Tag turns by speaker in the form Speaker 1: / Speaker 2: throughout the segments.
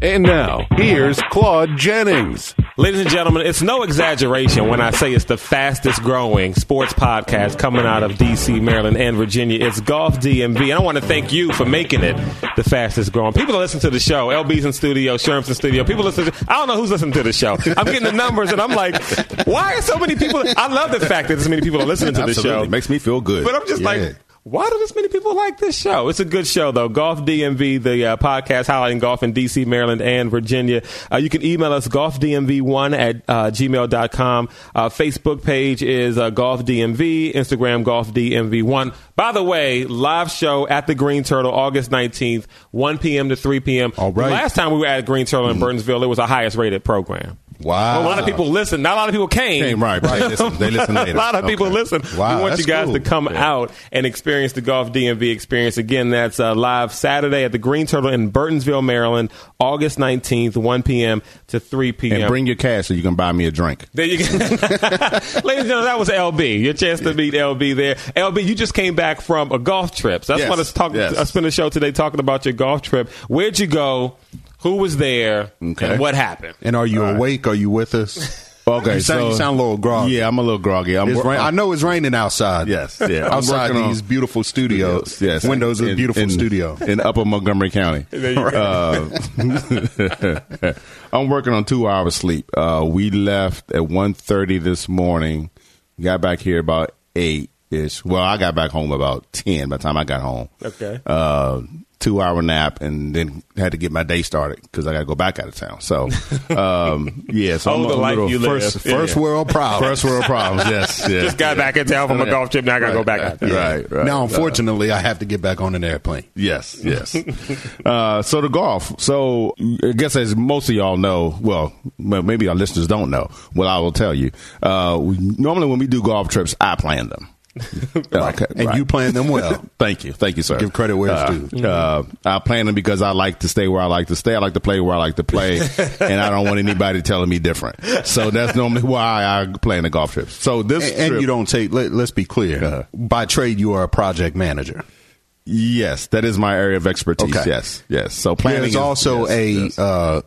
Speaker 1: And now, here's Claude Jennings.
Speaker 2: Ladies and gentlemen, it's no exaggeration when I say it's the fastest growing sports podcast coming out of DC, Maryland, and Virginia. It's Golf DMV. And I want to thank you for making it the fastest growing. People listen to the show. LB's in studio, Sherm's in studio. People listen to I don't know who's listening to the show. I'm getting the numbers and I'm like, why are so many people I love the fact that this many people are listening to the show.
Speaker 3: Absolutely. Makes me feel good.
Speaker 2: But I'm just like, why do this many people like this show? It's a good show, though. Golf DMV, the uh, podcast highlighting golf in D.C., Maryland, and Virginia. Uh, you can email us golfdmv1 at uh, gmail.com. Uh, Facebook page is uh, Golf DMV, Instagram Golf DMV1. By the way, live show at the Green Turtle, August 19th, 1 p.m. to 3 p.m.
Speaker 3: All right. Mm-hmm.
Speaker 2: The last time we were at Green Turtle in Burnsville, it was our highest rated program.
Speaker 3: wow.
Speaker 2: A lot of people listened. Not a lot of people came.
Speaker 3: Ah. Came, right, right. They listen- they listen
Speaker 2: a
Speaker 3: later.
Speaker 2: lot of people
Speaker 3: Okay.
Speaker 2: listen.
Speaker 3: Wow,
Speaker 2: we want
Speaker 3: that's
Speaker 2: you guys
Speaker 3: cool.
Speaker 2: to come
Speaker 3: Yeah.
Speaker 2: out and experience the Golf DMV experience. Again, that's uh, live Saturday at the Green Turtle in Burtonsville, Maryland, August 19th, 1 p.m. to 3 p.m.
Speaker 3: And bring your cash so you can buy me a drink.
Speaker 2: there you go. Ladies and gentlemen, that was LB. Your chance to meet LB there. LB, you just came back from a golf trip. So that's
Speaker 3: Yes,
Speaker 2: why let's talk.
Speaker 3: yes.
Speaker 2: I spent the show today talking about your golf trip. Where'd you go? Who was there?
Speaker 3: Okay.
Speaker 2: And what happened?
Speaker 4: And are you awake? Are you with us?
Speaker 3: Okay,
Speaker 4: You sound,
Speaker 3: so
Speaker 4: you sound a little groggy.
Speaker 3: Yeah, I'm a little groggy. I'm
Speaker 4: It's
Speaker 3: wor-
Speaker 4: rain- I know it's raining outside.
Speaker 3: Yes, yeah. I'm
Speaker 4: outside
Speaker 3: working on-
Speaker 4: these beautiful studios.
Speaker 3: Yes,
Speaker 4: windows of
Speaker 3: in-
Speaker 4: beautiful
Speaker 3: in-
Speaker 4: studio.
Speaker 3: in Upper Montgomery County. Uh, I'm working on two hours sleep. Uh, we left at 1.30 this morning. Got back here about eight ish. Well, I got back home about ten by the time I got home.
Speaker 2: Okay.
Speaker 3: Uh, two hour nap and then had to get my day started because I got to go back out of town. So, um, yeah. So
Speaker 2: Oh,
Speaker 3: I'm
Speaker 2: the
Speaker 3: a
Speaker 2: life
Speaker 3: little
Speaker 2: you live.
Speaker 3: first,
Speaker 2: Yeah.
Speaker 3: first world problems. First world problems. Yes. yeah.
Speaker 2: Just got back in town from a golf trip. Now I got to go back out.
Speaker 3: Yeah. Right. Right.
Speaker 4: Now, unfortunately, I have to get back on an airplane.
Speaker 3: Yes, yes. uh, so the golf. So I guess as most of y'all know, well, m- maybe our listeners don't know. Well, I will tell you. Uh, we, normally when we do golf trips, I plan them. Okay,
Speaker 4: And
Speaker 3: right.
Speaker 4: you plan them well.
Speaker 3: Thank you, thank you, sir.
Speaker 4: Give credit where it's
Speaker 3: Uh,
Speaker 4: due.
Speaker 3: Uh, I plan them because I like to stay where I like to stay. I like to play where I like to play, and I don't want anybody telling me different. So that's normally why I plan the golf trips. So this
Speaker 4: And, and
Speaker 3: trip-
Speaker 4: you don't take, let, let's be clear.
Speaker 3: Uh-huh.
Speaker 4: By trade, you are a project manager.
Speaker 3: yes, that is my area of expertise.
Speaker 4: Okay.
Speaker 3: Yes, yes. So planning
Speaker 4: There's
Speaker 3: is-
Speaker 4: also
Speaker 3: yes,
Speaker 4: a,
Speaker 3: yes.
Speaker 4: uh,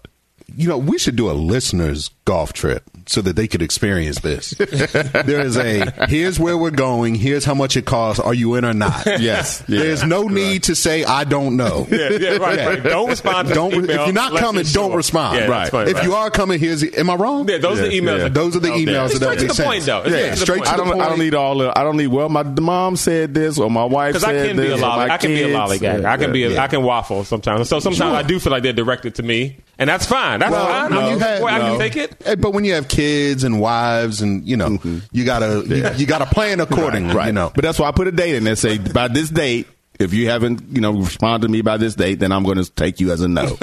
Speaker 4: you know, we should do a listener's golf trip so that they could experience this. there is a, here's where we're going, here's how much it costs, are you in or not?
Speaker 3: Yes, yeah.
Speaker 4: There's no need to say, I don't know.
Speaker 2: Yeah, yeah, right, right. Don't respond to
Speaker 4: don't
Speaker 2: the email
Speaker 4: if you're not
Speaker 2: unless
Speaker 4: coming,
Speaker 2: you're
Speaker 4: don't
Speaker 2: sure.
Speaker 4: respond.
Speaker 2: Yeah, that's
Speaker 3: Right.
Speaker 2: fine,
Speaker 4: if
Speaker 2: right.
Speaker 4: you are coming, here's am I wrong?
Speaker 2: Yeah, those are the emails.
Speaker 3: yeah.
Speaker 2: that-
Speaker 4: Those are the emails
Speaker 2: Straight
Speaker 4: that don't
Speaker 2: to
Speaker 4: make
Speaker 2: the
Speaker 4: sense.
Speaker 2: point, though.
Speaker 4: Yeah,
Speaker 2: Straight to the
Speaker 4: straight
Speaker 2: point.
Speaker 4: to
Speaker 3: I
Speaker 4: the
Speaker 3: don't.
Speaker 4: point.
Speaker 3: I don't need all. Of, I don't need. Well, my d- mom said this, or my wife
Speaker 2: Because I
Speaker 3: said
Speaker 2: can be a
Speaker 3: this, or
Speaker 2: lolly,
Speaker 3: my
Speaker 2: I can be a
Speaker 3: kids-
Speaker 2: lollygagger. I can be. A,
Speaker 3: Yeah.
Speaker 2: I can waffle sometimes. So sometimes I do feel like they're directed to me, and that's fine. That's
Speaker 4: Well,
Speaker 2: fine.
Speaker 4: when
Speaker 2: I'm-
Speaker 4: you had-
Speaker 2: well, I can
Speaker 4: no.
Speaker 2: take it. Mm-hmm.
Speaker 4: Hey, But when you have kids and wives, and you know, you gotta you, you gotta plan accordingly.
Speaker 3: Right.
Speaker 4: You know,
Speaker 3: But that's why I put a date in there. Say by this date, if you haven't, you know, responded to me by this date, then I'm going to take you as a no.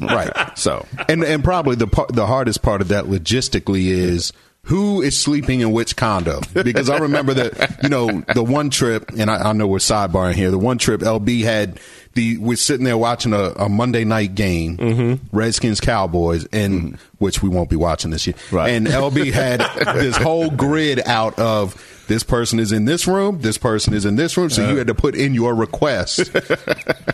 Speaker 4: right.
Speaker 3: so
Speaker 4: And and probably the part, the hardest part of that logistically is. Who is sleeping in which condo? Because I remember that you know the one trip, and I, I know we're sidebarring here. The one trip, LB had the we're sitting there watching a, a Monday night game, Redskins Cowboys, and which we won't be watching this year.
Speaker 3: Right.
Speaker 4: And LB had this whole grid out of this person is in this room, this person is in this room. So you had to put in your request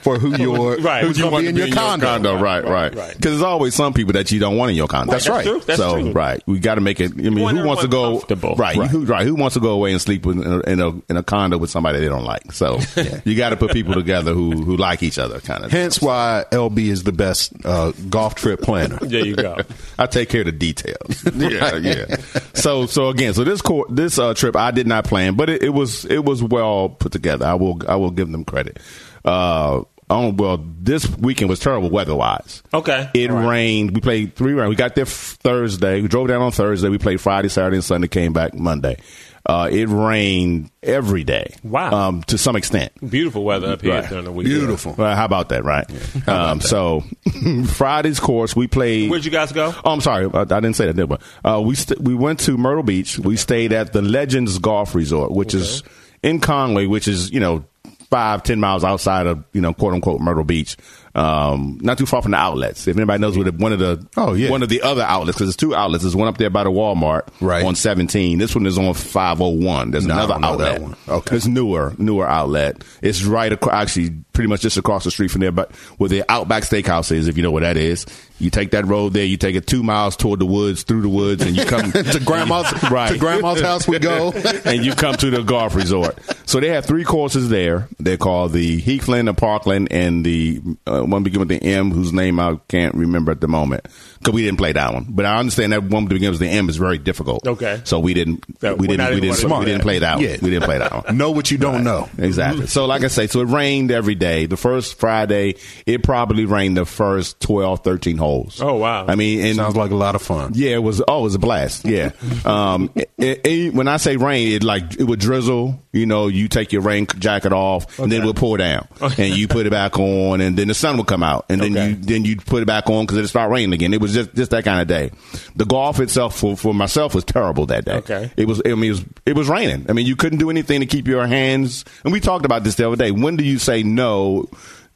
Speaker 4: for who your
Speaker 2: Right.
Speaker 4: who
Speaker 2: Who you
Speaker 4: you
Speaker 2: want
Speaker 4: want
Speaker 2: to
Speaker 4: in
Speaker 2: be
Speaker 4: your
Speaker 2: in your
Speaker 4: condo.
Speaker 3: condo, right, right, because
Speaker 2: right.
Speaker 3: there's always some people that you don't want in your condo.
Speaker 4: That's right.
Speaker 2: true. That's
Speaker 3: so
Speaker 2: true.
Speaker 3: right, we got to make it. I mean,
Speaker 2: want
Speaker 3: who wants to
Speaker 2: everyone
Speaker 3: go
Speaker 2: comfortable.
Speaker 3: Right,
Speaker 2: Right.
Speaker 3: Who, right. Who wants to go away and sleep in a, in a in a condo with somebody they don't like? So you got to put people together who who like each other, kind of.
Speaker 4: Hence why LB is the best uh, golf trip planner.
Speaker 2: There you go.
Speaker 3: I take care of the details. yeah, yeah. So, so again, so this cour this uh, trip I did not plan, but it, it was it was well put together. I will I will give them credit. Uh, on well, this weekend was terrible weather wise.
Speaker 2: Okay.
Speaker 3: It rained. We played three rounds. We got there f- Thursday. We drove down on Thursday. We played Friday, Saturday, and Sunday. Came back Monday. Uh, it rained every day.
Speaker 2: Wow.
Speaker 3: Um, to some extent.
Speaker 2: Beautiful weather up here
Speaker 3: Right.
Speaker 2: during the week.
Speaker 4: Beautiful.
Speaker 3: Well, how about that, right? um, So Friday's course, we played.
Speaker 2: Where'd you guys go?
Speaker 3: Oh, I'm sorry, I, I didn't say that. Did I? Uh, we st- we went to Myrtle Beach. We stayed at the Legends Golf Resort, which is in Conway, which is you know five ten miles outside of you know quote unquote Myrtle Beach. Um, not too far from the outlets. If anybody knows where the, one of the
Speaker 4: Oh, yeah.
Speaker 3: one of the other outlets because there's two outlets. There's one up there by the Walmart
Speaker 4: Right.
Speaker 3: on 17. This one is on 501. There's
Speaker 4: No, I
Speaker 3: another
Speaker 4: don't know that
Speaker 3: outlet.
Speaker 4: one. Okay.
Speaker 3: It's newer, newer outlet. It's right across, actually, pretty much just across the street from there, but where the Outback Steakhouse is, if you know where that is. You take that road there, you take it two miles toward the woods, through the woods, and you come
Speaker 4: to grandma's
Speaker 3: right.
Speaker 4: to grandma's house we go.
Speaker 3: and you come to the golf resort. So they have three courses there. They're called the Heathland, the Parkland, and the uh, one beginning with the M, whose name I can't remember at the moment because we didn't play that one. But I understand that one begins with the M is very difficult.
Speaker 2: Okay.
Speaker 3: so we didn't
Speaker 2: So
Speaker 3: we
Speaker 2: we're not
Speaker 3: didn't we
Speaker 2: even
Speaker 3: didn't,
Speaker 2: gonna
Speaker 3: we didn't
Speaker 2: do
Speaker 3: play that one.
Speaker 4: Yeah.
Speaker 3: We didn't play that one.
Speaker 4: know what you don't know.
Speaker 3: Exactly. So, like I say, so it rained every day. The first Friday, it probably rained the first 12, 13 holes.
Speaker 2: Oh, wow.
Speaker 3: I mean, and
Speaker 4: Sounds like a lot of fun.
Speaker 3: yeah, it was. Oh, it was a blast. Yeah. Um, it, it- when I say rain, it like it would drizzle. You know, you take your rain jacket off, and then it would pour down, and you put it back on, and then the sun would come out, and then
Speaker 2: Okay.
Speaker 3: you then you put it back on because it start raining again. It was just just that kind of day. The golf itself for, for myself was terrible that day.
Speaker 2: Okay.
Speaker 3: It was. I mean, it was, it was raining. I mean, you couldn't do anything to keep your hands. And we talked about this the other day. When do you say no?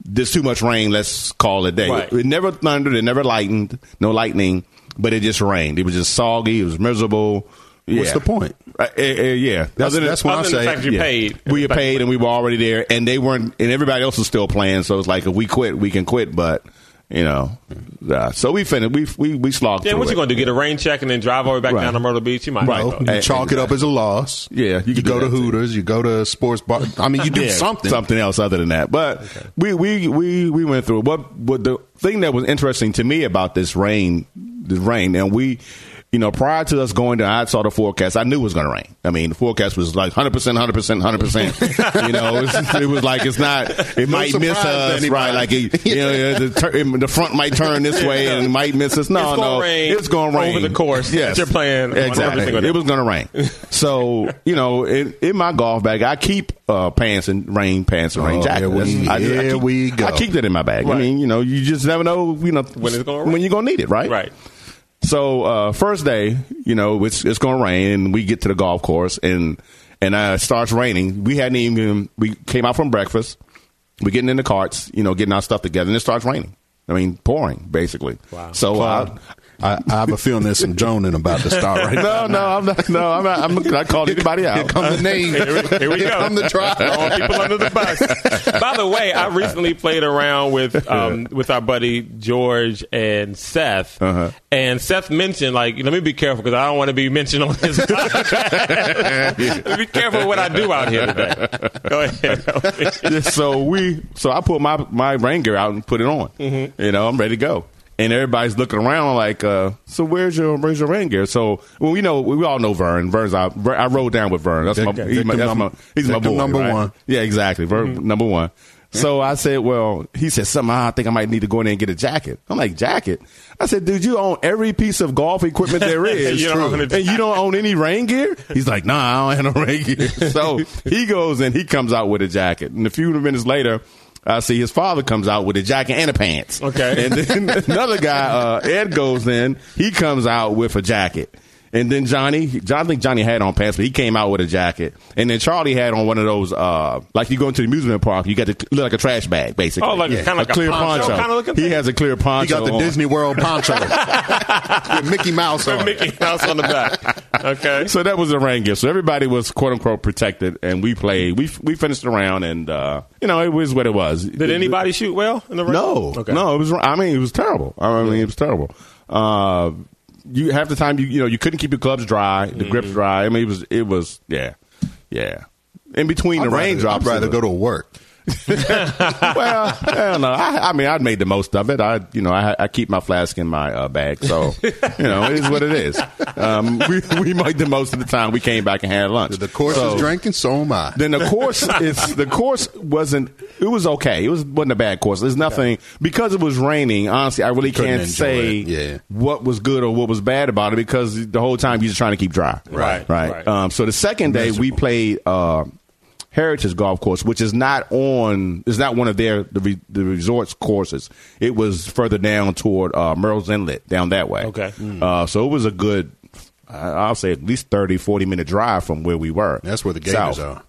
Speaker 3: There's too much rain. Let's call it a day.
Speaker 2: Right.
Speaker 3: It never thundered. It never lightened. No lightning, but it just rained. It was just soggy. It was miserable.
Speaker 4: What's
Speaker 3: Yeah.
Speaker 4: the point?
Speaker 3: Uh, eh, eh, yeah,
Speaker 4: That's, that's what
Speaker 2: other
Speaker 4: I'm
Speaker 2: than the
Speaker 4: saying.
Speaker 2: fact you
Speaker 3: yeah.
Speaker 2: paid.
Speaker 3: We were paid, and we were already there, and they weren't, and everybody else was still playing. So it's like if we quit, we can quit, but you know, uh, so we finished. We we we slogged.
Speaker 2: Yeah,
Speaker 3: through
Speaker 2: what
Speaker 3: it.
Speaker 2: you gonna do? Get a rain check and then drive all the way back
Speaker 3: Right.
Speaker 2: down to Myrtle Beach? You might
Speaker 3: Right.
Speaker 2: as
Speaker 4: No,
Speaker 2: well.
Speaker 4: you chalk it up as a loss.
Speaker 3: Yeah, you can
Speaker 4: you,
Speaker 3: do
Speaker 4: go to
Speaker 3: that, too.
Speaker 4: Hooters. You go to sports bar. I mean, you do
Speaker 3: Yeah,
Speaker 4: something.
Speaker 3: something else other than that. But we, we we we went through it. What what the thing that was interesting to me about this rain, the rain, and we, you know, prior to us going down, I saw the forecast. I knew it was going to rain. I mean, the forecast was like hundred percent, hundred percent, hundred percent. You know, it was, it was like it's not. It might miss
Speaker 4: surprise to
Speaker 3: us,
Speaker 4: anybody.
Speaker 3: right? Like it, you know, the, tur- the front might turn this way and it might miss us. No,
Speaker 2: It's gonna
Speaker 3: no,
Speaker 2: rain
Speaker 3: it's going to rain
Speaker 2: over the course that
Speaker 3: Yes,
Speaker 2: you're playing on every
Speaker 3: Exactly,
Speaker 2: single day.
Speaker 3: it was going to rain. So you know, in, in my golf bag, I keep uh, pants and rain pants and rain
Speaker 4: Oh,
Speaker 3: jacket.
Speaker 4: here we-
Speaker 3: That's- I, I
Speaker 4: here
Speaker 3: keep,
Speaker 4: we go.
Speaker 3: I keep that in my bag. I
Speaker 2: Right.
Speaker 3: mean, you know, you just never know, you know,
Speaker 2: When it's gonna rain.
Speaker 3: when you're going to need it, right?
Speaker 2: Right.
Speaker 3: So uh, first day, you know, it's it's going to rain, and we get to the golf course, and and uh, it starts raining. We hadn't even we came out from breakfast. We're getting in the carts, you know, getting our stuff together, and it starts raining. I mean, pouring basically.
Speaker 2: Wow.
Speaker 3: So uh,
Speaker 4: I, I have a feeling there's some droning about to start right
Speaker 3: no,
Speaker 4: now.
Speaker 3: no, I'm not. No, I'm not. I'm not I called anybody out.
Speaker 4: Here come the name.
Speaker 2: Here, here we
Speaker 4: Here
Speaker 2: go.
Speaker 4: come the trial.
Speaker 2: Throwing people under the bus. By the way, I recently played around with um, with our buddy George and Seth,
Speaker 3: Uh-huh.
Speaker 2: and Seth mentioned like, let me be careful because I don't want to be mentioned on this. podcast. Let me be careful what I do out here today. Go ahead.
Speaker 3: Yeah, so we, so I put my my rain gear out and put it on.
Speaker 4: Mm-hmm.
Speaker 3: You know, I'm ready to go. And everybody's looking around like, uh, so where's your where's your rain gear? So well, we know we all know Vern. Vern's I, Vern, I rode down with Vern. That's my,
Speaker 4: Victim-
Speaker 3: he's my, that's my
Speaker 4: victim
Speaker 3: he's my
Speaker 4: number-
Speaker 3: boy,
Speaker 4: number
Speaker 3: right?
Speaker 4: one. Mm-hmm.
Speaker 3: Yeah, exactly. Vern, Number one. So I said, well, he said something. I think I might need to go in there and get a jacket. I'm like, jacket? I said, dude, you own every piece of golf equipment there is,
Speaker 2: You don't own a
Speaker 3: and you don't own any rain gear. He's like, nah, I don't have no rain gear. So he goes and he comes out with a jacket, and a few minutes later. I see his father comes out with a jacket and a pants.
Speaker 2: Okay.
Speaker 3: And then another guy, uh, Ed, goes in. He comes out with a jacket. And then Johnny, John, I think Johnny had on pants, but he came out with a jacket. And then Charlie had on one of those, uh, like you go into the amusement park, you got to look like a trash bag, basically.
Speaker 2: Oh, like- kinda like a
Speaker 3: clear
Speaker 2: poncho
Speaker 3: poncho.
Speaker 2: kinda looking
Speaker 3: he
Speaker 2: thing.
Speaker 3: has a clear poncho.
Speaker 4: You got the
Speaker 3: on.
Speaker 4: Disney World poncho with Mickey Mouse on. it.
Speaker 2: Mickey Mouse on the back. Okay.
Speaker 3: So that was the rain gift. So everybody was quote unquote protected, and we played. We we finished the round, and uh, you know it was what it was.
Speaker 2: Did anybody shoot well in the rain?
Speaker 3: No, no, it was. I mean, it was terrible. I mean, it was terrible. Uh, you half the time you you know you couldn't keep your clubs dry, the
Speaker 4: Mm-hmm.
Speaker 3: grips dry. I mean, it was it was yeah, yeah. In between
Speaker 4: I'd
Speaker 3: the
Speaker 4: rather-
Speaker 3: raindrops,
Speaker 4: I'd rather
Speaker 3: it
Speaker 4: go
Speaker 3: was-
Speaker 4: to work.
Speaker 3: well, I don't know. I, I mean, I made the most of it. I, you know, I, I keep my flask in my uh, bag, so you know, it is what it is. Um, we, we made the most of the time. We came back and had lunch.
Speaker 4: The course
Speaker 3: So-
Speaker 4: is drinking, so am I.
Speaker 3: then the course is the course wasn't it was okay. It was wasn't a bad course. There's nothing because it was raining. Honestly, I really
Speaker 4: Couldn't
Speaker 3: can't
Speaker 4: enjoy
Speaker 3: say
Speaker 4: it, yeah.
Speaker 3: what was good or what was bad about it because the whole time you're just trying to keep dry.
Speaker 2: Right,
Speaker 3: right.
Speaker 2: right.
Speaker 3: Um, so the second day we played uh, Heritage Golf Course, which is not on is not one of their the, re, the resorts courses. It was further down toward uh, Merle's Inlet down that way.
Speaker 2: Okay.
Speaker 3: uh, so it was a good. I- I'll say at least 30, 40 minute drive from where we were.
Speaker 4: That's where the gators
Speaker 3: South.
Speaker 4: are.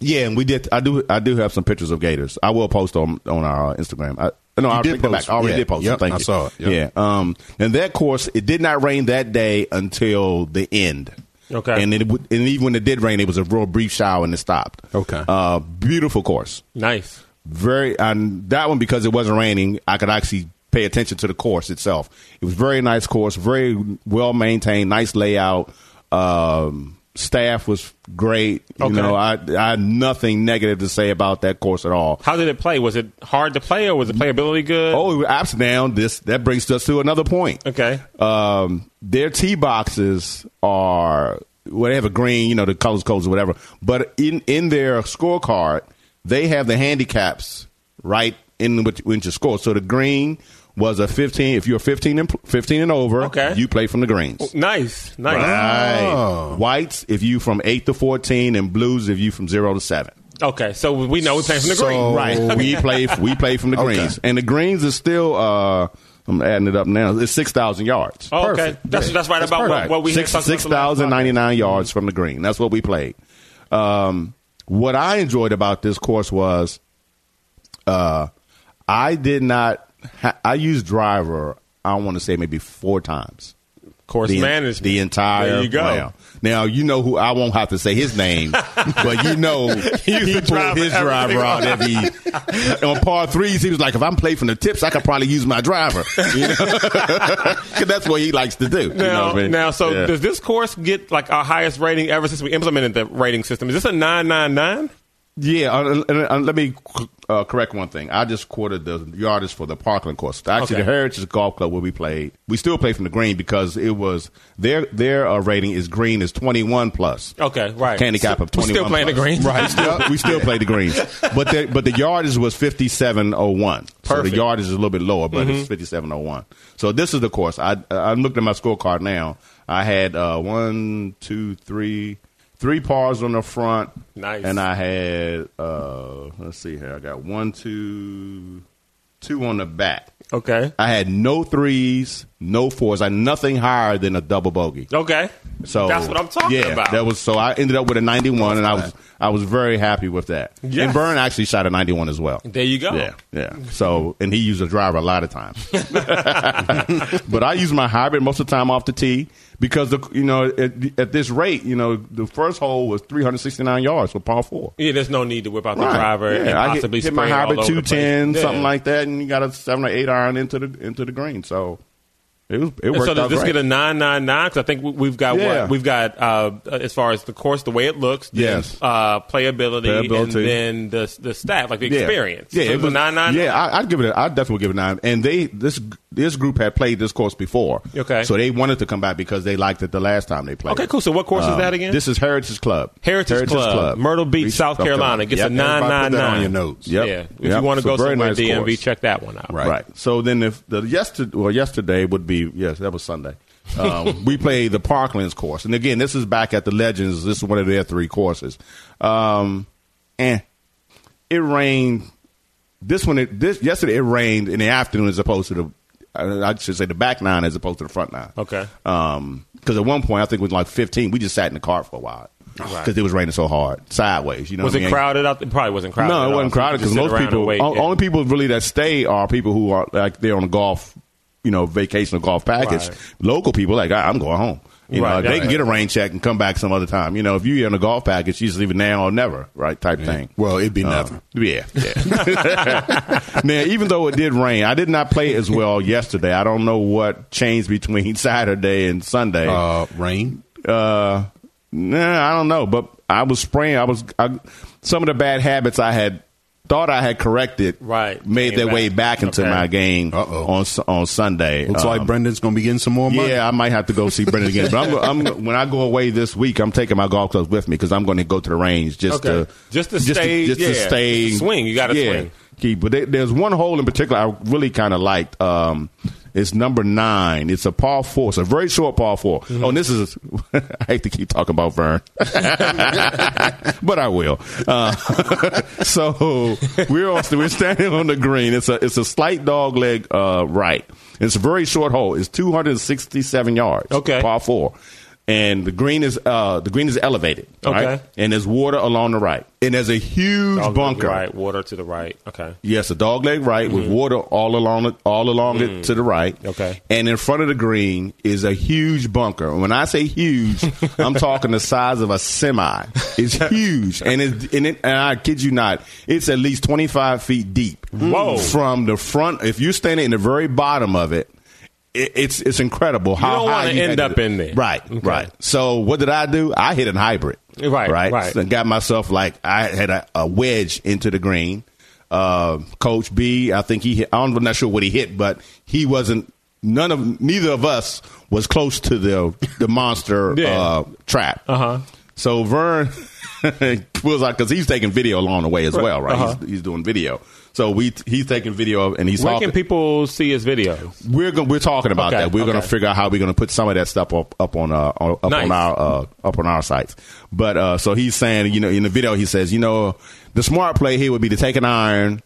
Speaker 3: Yeah, and we did. I do. I do have some pictures of gators. I will post on on our uh, Instagram. I, no, I
Speaker 4: did
Speaker 3: take that
Speaker 4: post.
Speaker 3: back. I already
Speaker 4: Yeah.
Speaker 3: did post.
Speaker 4: Yep,
Speaker 3: Thank
Speaker 4: I
Speaker 3: you.
Speaker 4: saw it. Yep.
Speaker 3: Yeah. Um. And that course, it did not rain that day until the end.
Speaker 2: Okay.
Speaker 3: And it would- and even when it did rain, it was a real brief shower and it stopped.
Speaker 4: Okay.
Speaker 3: Uh, beautiful course.
Speaker 2: Nice.
Speaker 3: Very and that one because it wasn't raining, I could actually pay attention to the course itself. It was very nice course, very well maintained, nice layout. Um, staff was great. You
Speaker 2: Okay.
Speaker 3: know, I I had nothing negative to say about that course at all.
Speaker 2: How did it play? Was it hard to play or was the playability good?
Speaker 3: Oh, ups and down. This that brings us to another point.
Speaker 2: Okay.
Speaker 3: Um, their tee boxes are well, they have a green, you know, the colors codes or whatever. But in in their scorecard, they have the handicaps right in with, with your score. So the green was a fifteen. If you're fifteen and pl- fifteen and over,
Speaker 2: Okay.
Speaker 3: you play from the greens.
Speaker 2: Nice. Nice.
Speaker 3: Right. Whites if you from eight to fourteen, and blues if you from zero to seven.
Speaker 2: Okay. So we know we're playing from the
Speaker 4: So-
Speaker 2: green.
Speaker 3: Right. We play we play from the
Speaker 4: Okay.
Speaker 3: greens. And the greens is still uh I'm adding it up now. It's six thousand yards.
Speaker 2: Oh, okay. That's that's right about what,
Speaker 3: Right.
Speaker 2: what we
Speaker 3: six
Speaker 2: had talked about
Speaker 3: six
Speaker 2: the last
Speaker 3: thousand
Speaker 2: time.
Speaker 3: ninety nine yards from the green. That's what we played. Um, what I enjoyed about this course was, uh, I did not. Ha- I used driver. I want to say maybe four times.
Speaker 2: Course
Speaker 3: The,
Speaker 2: management.
Speaker 3: the entire
Speaker 2: There you go.
Speaker 3: round. Now you know who I won't have to say his name, but you know he pulled
Speaker 2: driver
Speaker 3: his driver out every on par threes. He was like, if I'm playing from the tips, I could probably use my driver. You know? 'Cause that's what he likes to do. you know
Speaker 2: Now,
Speaker 3: what I mean?
Speaker 2: now, so
Speaker 3: Yeah.
Speaker 2: does this course get like our highest rating ever since we implemented the rating system? Is this a nine nine nine?
Speaker 3: Yeah, uh, uh, uh, let me uh, correct one thing. I just quoted the yardage for the Parkland course. Actually,
Speaker 2: Okay.
Speaker 3: the Heritage Golf Club where we played, we still play from the green because it was their their uh, rating is green is twenty one plus.
Speaker 2: Okay, right.
Speaker 3: Handicap of
Speaker 2: So we're
Speaker 3: twenty one.
Speaker 2: still playing the green.
Speaker 3: right? Still, we still play the greens, but the, but the yardage was fifty seven oh one. So the
Speaker 2: Perfect. Mm-hmm.
Speaker 3: yardage is a little bit lower, but it's fifty seven oh one. So this is the course. I I'm looking at my scorecard now. I had uh, one, two, three, three pars on the front.
Speaker 2: Nice.
Speaker 3: And I I had uh let's see here. I got one, two, two on the back.
Speaker 2: Okay.
Speaker 3: I had no threes, no fours. I had nothing higher than a double bogey.
Speaker 2: Okay.
Speaker 3: So
Speaker 2: that's what I'm talking
Speaker 3: yeah,
Speaker 2: about.
Speaker 3: That was so I ended up with a 91, and I was I was very happy with that.
Speaker 2: Yes.
Speaker 3: And Byrne actually shot a 91 as well.
Speaker 2: there you go.
Speaker 3: Yeah, yeah. So, and he used a driver a lot of times. but I use my hybrid most of the time off the tee because the you know at, at this rate, you know the first hole was 369 yards for par four.
Speaker 2: Yeah, there's no need to whip out the
Speaker 3: Right.
Speaker 2: driver
Speaker 3: Yeah,
Speaker 2: and
Speaker 3: I hit-
Speaker 2: possibly
Speaker 3: hit, my
Speaker 2: spray it all
Speaker 3: hybrid
Speaker 2: over the
Speaker 3: two
Speaker 2: place.
Speaker 3: ten
Speaker 2: Yeah.
Speaker 3: something like that, and you got a seven or eight iron into the into the green. So it was it
Speaker 2: And
Speaker 3: worked
Speaker 2: so does
Speaker 3: out
Speaker 2: this
Speaker 3: great.
Speaker 2: get a nine nine nine? Because I think we- we've got
Speaker 3: Yeah.
Speaker 2: what we've got uh, as far as the course, the way it looks, the,
Speaker 3: Yes.
Speaker 2: uh, playability, and
Speaker 3: Playability.
Speaker 2: then the the stat, like the experience.
Speaker 3: Yeah,
Speaker 2: so it was nine nine.
Speaker 3: Yeah, I, I'd give it. A, I'd definitely give it a nine. And they this this group had played this course before.
Speaker 2: Okay.
Speaker 3: so they wanted to come back because they liked it the last time they played.
Speaker 2: Okay, cool. So what course is
Speaker 3: Um,
Speaker 2: that again?
Speaker 3: This is Heritage Club.
Speaker 2: Heritage Club, Myrtle Beach, South Carolina. Gets a nine
Speaker 4: Everybody
Speaker 2: nine
Speaker 4: put that on
Speaker 2: nine.
Speaker 4: your notes.
Speaker 3: Yep.
Speaker 2: Yeah. If
Speaker 3: Yep.
Speaker 2: you want to
Speaker 3: It's a
Speaker 2: go
Speaker 3: very
Speaker 2: somewhere
Speaker 3: nice
Speaker 2: DMV,
Speaker 3: course.
Speaker 2: check that one out.
Speaker 4: Right.
Speaker 3: Right. So then, if the yesterday, well, yesterday would be yes, that was Sunday. Um, we played the Parklands course, and again, this is back at the Legends. This is one of their three courses. Um, and it rained. This one, it, this yesterday, it rained in the afternoon as opposed to the. I I should say the back nine as opposed to the front nine.
Speaker 2: Okay.
Speaker 3: Because at one point, I think it was like 15. We just sat in the car for a while because it was raining so hard sideways. You know,
Speaker 2: Was
Speaker 3: what I
Speaker 2: it
Speaker 3: mean?
Speaker 2: crowded out? It probably wasn't crowded.
Speaker 3: No,
Speaker 2: at
Speaker 3: it
Speaker 2: all.
Speaker 3: wasn't
Speaker 2: So you
Speaker 3: crowded
Speaker 2: just
Speaker 3: because
Speaker 2: sit
Speaker 3: most
Speaker 2: around and
Speaker 3: people,
Speaker 2: wait.
Speaker 3: o-
Speaker 2: Yeah.
Speaker 3: only people really that stay are people who are like they're on a golf, you know, vacation or golf package.
Speaker 2: Right.
Speaker 3: Local people like I, I'm going home. You know,
Speaker 2: Right,
Speaker 3: they can
Speaker 2: right.
Speaker 3: get a rain check and come back some other time. You know, if you're in a golf package, you just leave it now or never, right? Type thing.
Speaker 4: Well, it'd be
Speaker 3: Uh,
Speaker 4: nothing.
Speaker 3: Yeah. yeah. now, even though it did rain, I did not play as well yesterday. I don't know what changed between Saturday and Sunday
Speaker 2: Oh,
Speaker 4: Uh, rain.
Speaker 3: uh nah, I don't know, but I was spraying. I was I, some of the bad habits I had thought I had corrected,
Speaker 2: Right.
Speaker 3: made
Speaker 2: Came
Speaker 3: their
Speaker 2: back.
Speaker 3: way back into
Speaker 2: Okay.
Speaker 3: my game
Speaker 4: Uh-oh.
Speaker 3: on Su- on Sunday.
Speaker 4: Looks like
Speaker 3: Um,
Speaker 4: Brendan's going to be getting some more money.
Speaker 3: Yeah, I might have to go see Brendan again. But I'm, I'm when I go away this week, I'm taking my golf clubs with me because I'm going to go to the range just
Speaker 2: Okay.
Speaker 3: to
Speaker 2: Just to stay-
Speaker 3: just to
Speaker 2: yeah,
Speaker 3: stay
Speaker 2: just to swing. You gotta
Speaker 3: yeah,
Speaker 2: swing.
Speaker 3: Keep, but they, there's one hole in particular I really kind of liked. Um, it's number nine. It's a par four. It's a very short par 4
Speaker 2: Mm-hmm.
Speaker 3: Oh, and this is, I hate to keep talking about Vern, but I will. Uh, so we're on, we're standing on the green. It's a it's a slight dog leg uh, right. It's a very short hole. It's 267 yards.
Speaker 2: Okay.
Speaker 3: par four, and the green is uh, the green is elevated. all
Speaker 2: Okay.
Speaker 3: right? and there's water along the right, and there's a huge
Speaker 2: Dog
Speaker 3: bunker.
Speaker 2: Right, water to the right. Okay.
Speaker 3: Yes, a dog leg right with water all along it, all along it to the right.
Speaker 2: Mm-hmm. Mm. Okay.
Speaker 3: and in front of the green is a huge bunker. And When I say huge, I'm talking the size of a semi. It's huge, and it, and it and I kid you not, it's at least 25 feet deep.
Speaker 2: Whoa.
Speaker 3: From the front, if you're standing in the very bottom of it. it- It's it's incredible how
Speaker 2: don't
Speaker 3: high
Speaker 2: wanna
Speaker 3: you
Speaker 2: end
Speaker 3: had to-
Speaker 2: up in there.
Speaker 3: right?
Speaker 2: Okay.
Speaker 3: Right. So what did I do? I hit a hybrid,
Speaker 2: Right,
Speaker 3: Right,
Speaker 2: right.
Speaker 3: So got myself like I had a, a wedge into the green. Uh, Coach B, I think he hit, I'm not sure what he hit, but he wasn't. None of neither of us was close to the the monster
Speaker 2: Yeah.
Speaker 3: uh, trap. Uh-huh. So Vern pulls out because he's taking video along the way as well, right? He's, he's doing video. So we he's taking video of- and he's
Speaker 2: Uh-huh. Where
Speaker 3: talking.
Speaker 2: can people see his videos?
Speaker 3: We're going we're talking about
Speaker 2: Okay,
Speaker 3: that. We're going to
Speaker 2: okay.
Speaker 3: figure out how we're going to put some of that stuff up up on uh on- up
Speaker 2: Nice.
Speaker 3: on our uh, up on our sites. But uh, so he's saying, you know, in the video, he says, you know, the smart play here would be to take an iron.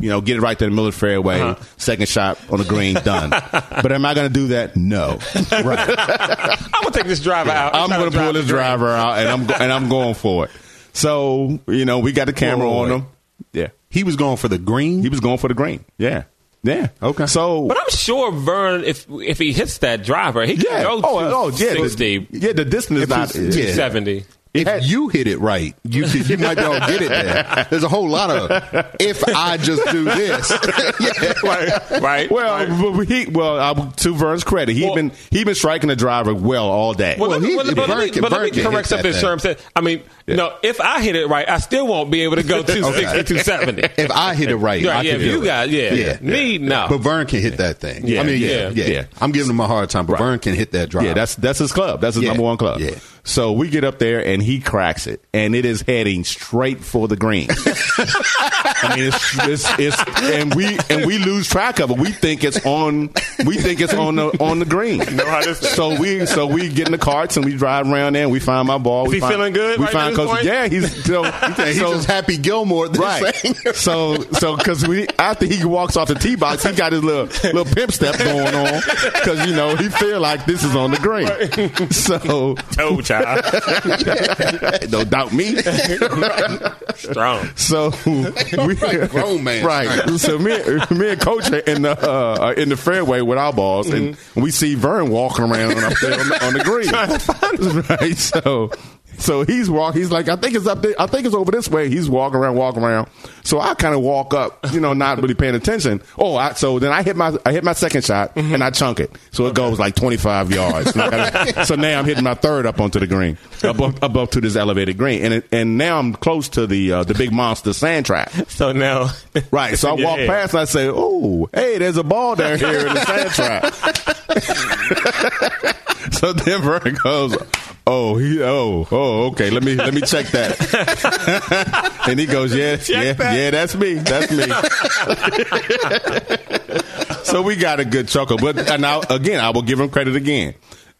Speaker 3: You know, get it right to the middle of the fairway,
Speaker 2: Uh-huh.
Speaker 3: second shot on the green, done. but am I going to do that? No.
Speaker 2: I'm gonna take this driver out.
Speaker 3: I'm
Speaker 2: trying
Speaker 3: going to pull
Speaker 2: drive
Speaker 3: this
Speaker 2: the green.
Speaker 3: driver out, and I'm go- and I'm going for it. So you know, we got the camera
Speaker 4: Whoa,
Speaker 3: on
Speaker 4: wait.
Speaker 3: him. Yeah,
Speaker 4: He was going for the green.
Speaker 3: he was going for the green. Yeah, yeah.
Speaker 4: Okay.
Speaker 3: So
Speaker 2: But I'm sure Vern, if if he hits that driver, he can
Speaker 3: yeah.
Speaker 2: go
Speaker 3: oh,
Speaker 2: to
Speaker 3: oh, yeah.
Speaker 2: sixty,
Speaker 3: The, yeah, the distance is not.
Speaker 4: it's- yeah.
Speaker 2: 70.
Speaker 4: if you hit it right, you could- you might be able to get it there. There's a whole lot of if I just do this. Yeah.
Speaker 2: right, right.
Speaker 3: Well,
Speaker 2: right.
Speaker 3: but he well uh, to Vern's credit, he
Speaker 2: Well-
Speaker 3: been he been striking the driver well all day.
Speaker 2: Well, let me,
Speaker 4: he-
Speaker 2: well, but
Speaker 4: Vern
Speaker 2: let me,
Speaker 4: can-
Speaker 2: but let
Speaker 4: Vern
Speaker 2: me
Speaker 4: can
Speaker 2: correct
Speaker 4: hit
Speaker 2: something
Speaker 4: that thing.
Speaker 2: Sherm said. I mean, no, if I hit it right, I still won't be able to go 260, 270.
Speaker 4: If I hit it right, I
Speaker 2: Right, yeah,
Speaker 4: can
Speaker 2: if
Speaker 4: do
Speaker 2: you
Speaker 4: it.
Speaker 2: got, yeah.
Speaker 4: Yeah.
Speaker 2: Me, no.
Speaker 4: But Vern can hit that thing.
Speaker 3: Yeah,
Speaker 4: I mean,
Speaker 2: yeah,
Speaker 4: yeah, yeah,
Speaker 3: yeah.
Speaker 4: I'm giving him a hard time, but Vern can hit that drive.
Speaker 3: yeah, that's that's his club. That's his
Speaker 4: Yeah.
Speaker 3: number one club.
Speaker 4: Yeah.
Speaker 3: So we get up there and he cracks it, and it is heading straight for the green. I mean, it's, it's, it's and we and we lose track of it. We think it's on. We think it's on the on the green. so we so we get in the carts and we drive around there. and We find my ball. we
Speaker 2: he
Speaker 3: find,
Speaker 2: feeling good
Speaker 3: We
Speaker 2: right
Speaker 3: find
Speaker 2: at this point?
Speaker 3: Yeah, he's so,
Speaker 4: he's
Speaker 3: so-
Speaker 4: just happy Gilmore. at This
Speaker 3: Right.
Speaker 4: thing.
Speaker 3: so so because we after he walks off the tee box, he got his little little pimp step going on because you know he feel like this is on the green. So
Speaker 2: Toe child.
Speaker 3: don't doubt me.
Speaker 2: Strong.
Speaker 3: So we,
Speaker 4: Right, grown man.
Speaker 3: right? So me, me and Coach are in the uh, are in the fairway with our balls, and we see Vern walking around up there on the, on the green, right? So. So he's walk. He's like, I think it's up there. I think it's over this way. He's walking around, walking around. So I kind of walk up, you know, not really paying attention. Oh, I, so then I hit my I hit my second shot and I chunk it. So it goes like twenty five yards. And I gotta- so now I'm hitting my third up onto the green, up, up, up to this elevated green, and it, and now I'm close to the uh, the big monster sand trap.
Speaker 2: So now.
Speaker 3: Right. So I
Speaker 2: Yeah.
Speaker 3: walk past and I say, Oh, hey, there's a ball down here in the sand trap. so then Vern goes, Oh, he oh, oh, okay, let me let me check that. and he goes, Yeah, yeah,
Speaker 2: that.
Speaker 3: yeah, that's me. That's me. so we got a good chuckle. But and now again, I will give him credit again.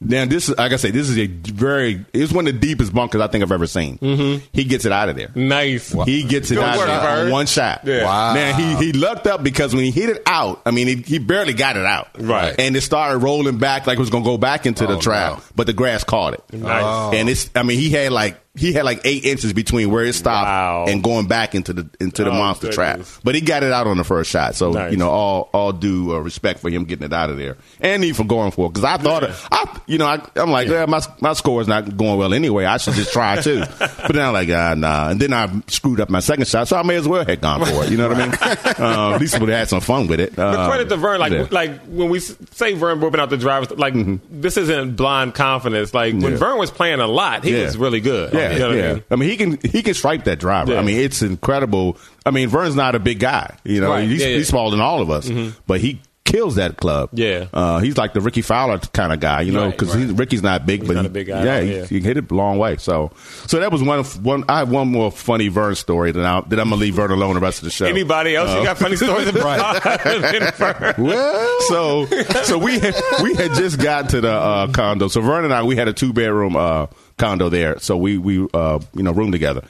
Speaker 3: Now this is like I say, this is a very it's one of the deepest bunkers I think I've ever seen. Mm-hmm. He gets it out of there.
Speaker 2: Nice.
Speaker 3: He gets it
Speaker 2: Good
Speaker 3: out
Speaker 2: work,
Speaker 3: there on
Speaker 2: Bird.
Speaker 3: one shot.
Speaker 2: Yeah.
Speaker 4: Wow.
Speaker 3: Now he he lucked up because when he hit it out, I mean he, he barely got it out.
Speaker 2: Right. Oh,
Speaker 3: And it started rolling back like it was gonna go back into the trap, but the grass caught it.
Speaker 2: Nice. Oh.
Speaker 3: And it's I mean he had like he had like eight inches between where it stopped
Speaker 2: Wow.
Speaker 3: and going back into the into the
Speaker 2: Oh,
Speaker 3: monster trap.
Speaker 2: goodness.
Speaker 3: But he got it out on the first shot. So
Speaker 2: Nice.
Speaker 3: you know all all due uh, respect for him getting it out of there and even for going for it because I thought I you know I, I'm like yeah. my my score is not going well anyway. I should just try too. but then I'm like ah nah. And then I screwed up my second shot, so I may as well have gone for it. You know what I mean? Uh, at least would have had some fun with it. Uh,
Speaker 2: But credit to Vern, like
Speaker 3: yeah.
Speaker 2: like when we s- say Vern broken
Speaker 4: Mm-hmm.
Speaker 2: out the drivers, like this isn't blind confidence. Like when
Speaker 3: Yeah.
Speaker 2: Vern was playing a lot, he
Speaker 3: Yeah.
Speaker 2: was really good.
Speaker 3: Yeah, yeah,
Speaker 2: You know what I
Speaker 3: yeah.
Speaker 2: mean?
Speaker 3: I mean, he can he can stripe that driver.
Speaker 2: Yeah.
Speaker 3: I mean, it's incredible. I mean, Vern's not a big guy. You know,
Speaker 2: Right.
Speaker 3: he's,
Speaker 2: Yeah, yeah.
Speaker 3: he's smaller than all of us, but he kills that club.
Speaker 2: Yeah.
Speaker 3: uh, he's like the Ricky Fowler kind of guy. You know,
Speaker 2: Right,
Speaker 3: because
Speaker 2: right.
Speaker 3: Ricky's not big, but
Speaker 2: not
Speaker 3: he-
Speaker 2: a big guy,
Speaker 3: yeah,
Speaker 2: no,
Speaker 3: he,
Speaker 2: yeah.
Speaker 3: he hit it a long way. So, so that was one of one. I have one more funny Vern story that I that I'm gonna leave Vern alone the rest of the
Speaker 2: Oh.
Speaker 3: show.
Speaker 2: Anybody else? You got funny stories about Vern?
Speaker 3: Well, so so we had, we had just gotten to the uh, condo. So Vern and I we had a two bedroom uh, condo there. So we we uh, you know room together,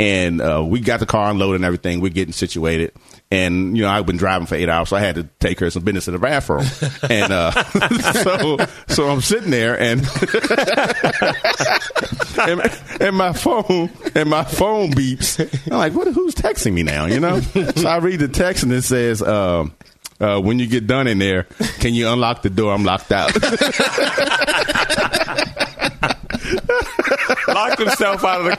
Speaker 3: and uh, we got the car unloaded and everything. We're getting situated, and you know I've been driving for eight hours, so I had to take her some business to the bathroom, and uh, so so I'm sitting there and and, and my phone and my phone beeps. I'm like, what? Who's texting me now? You know? So I read the text and it says, um, uh, "When you get done in there, can you unlock the door? I'm locked out."
Speaker 2: Locked himself out of the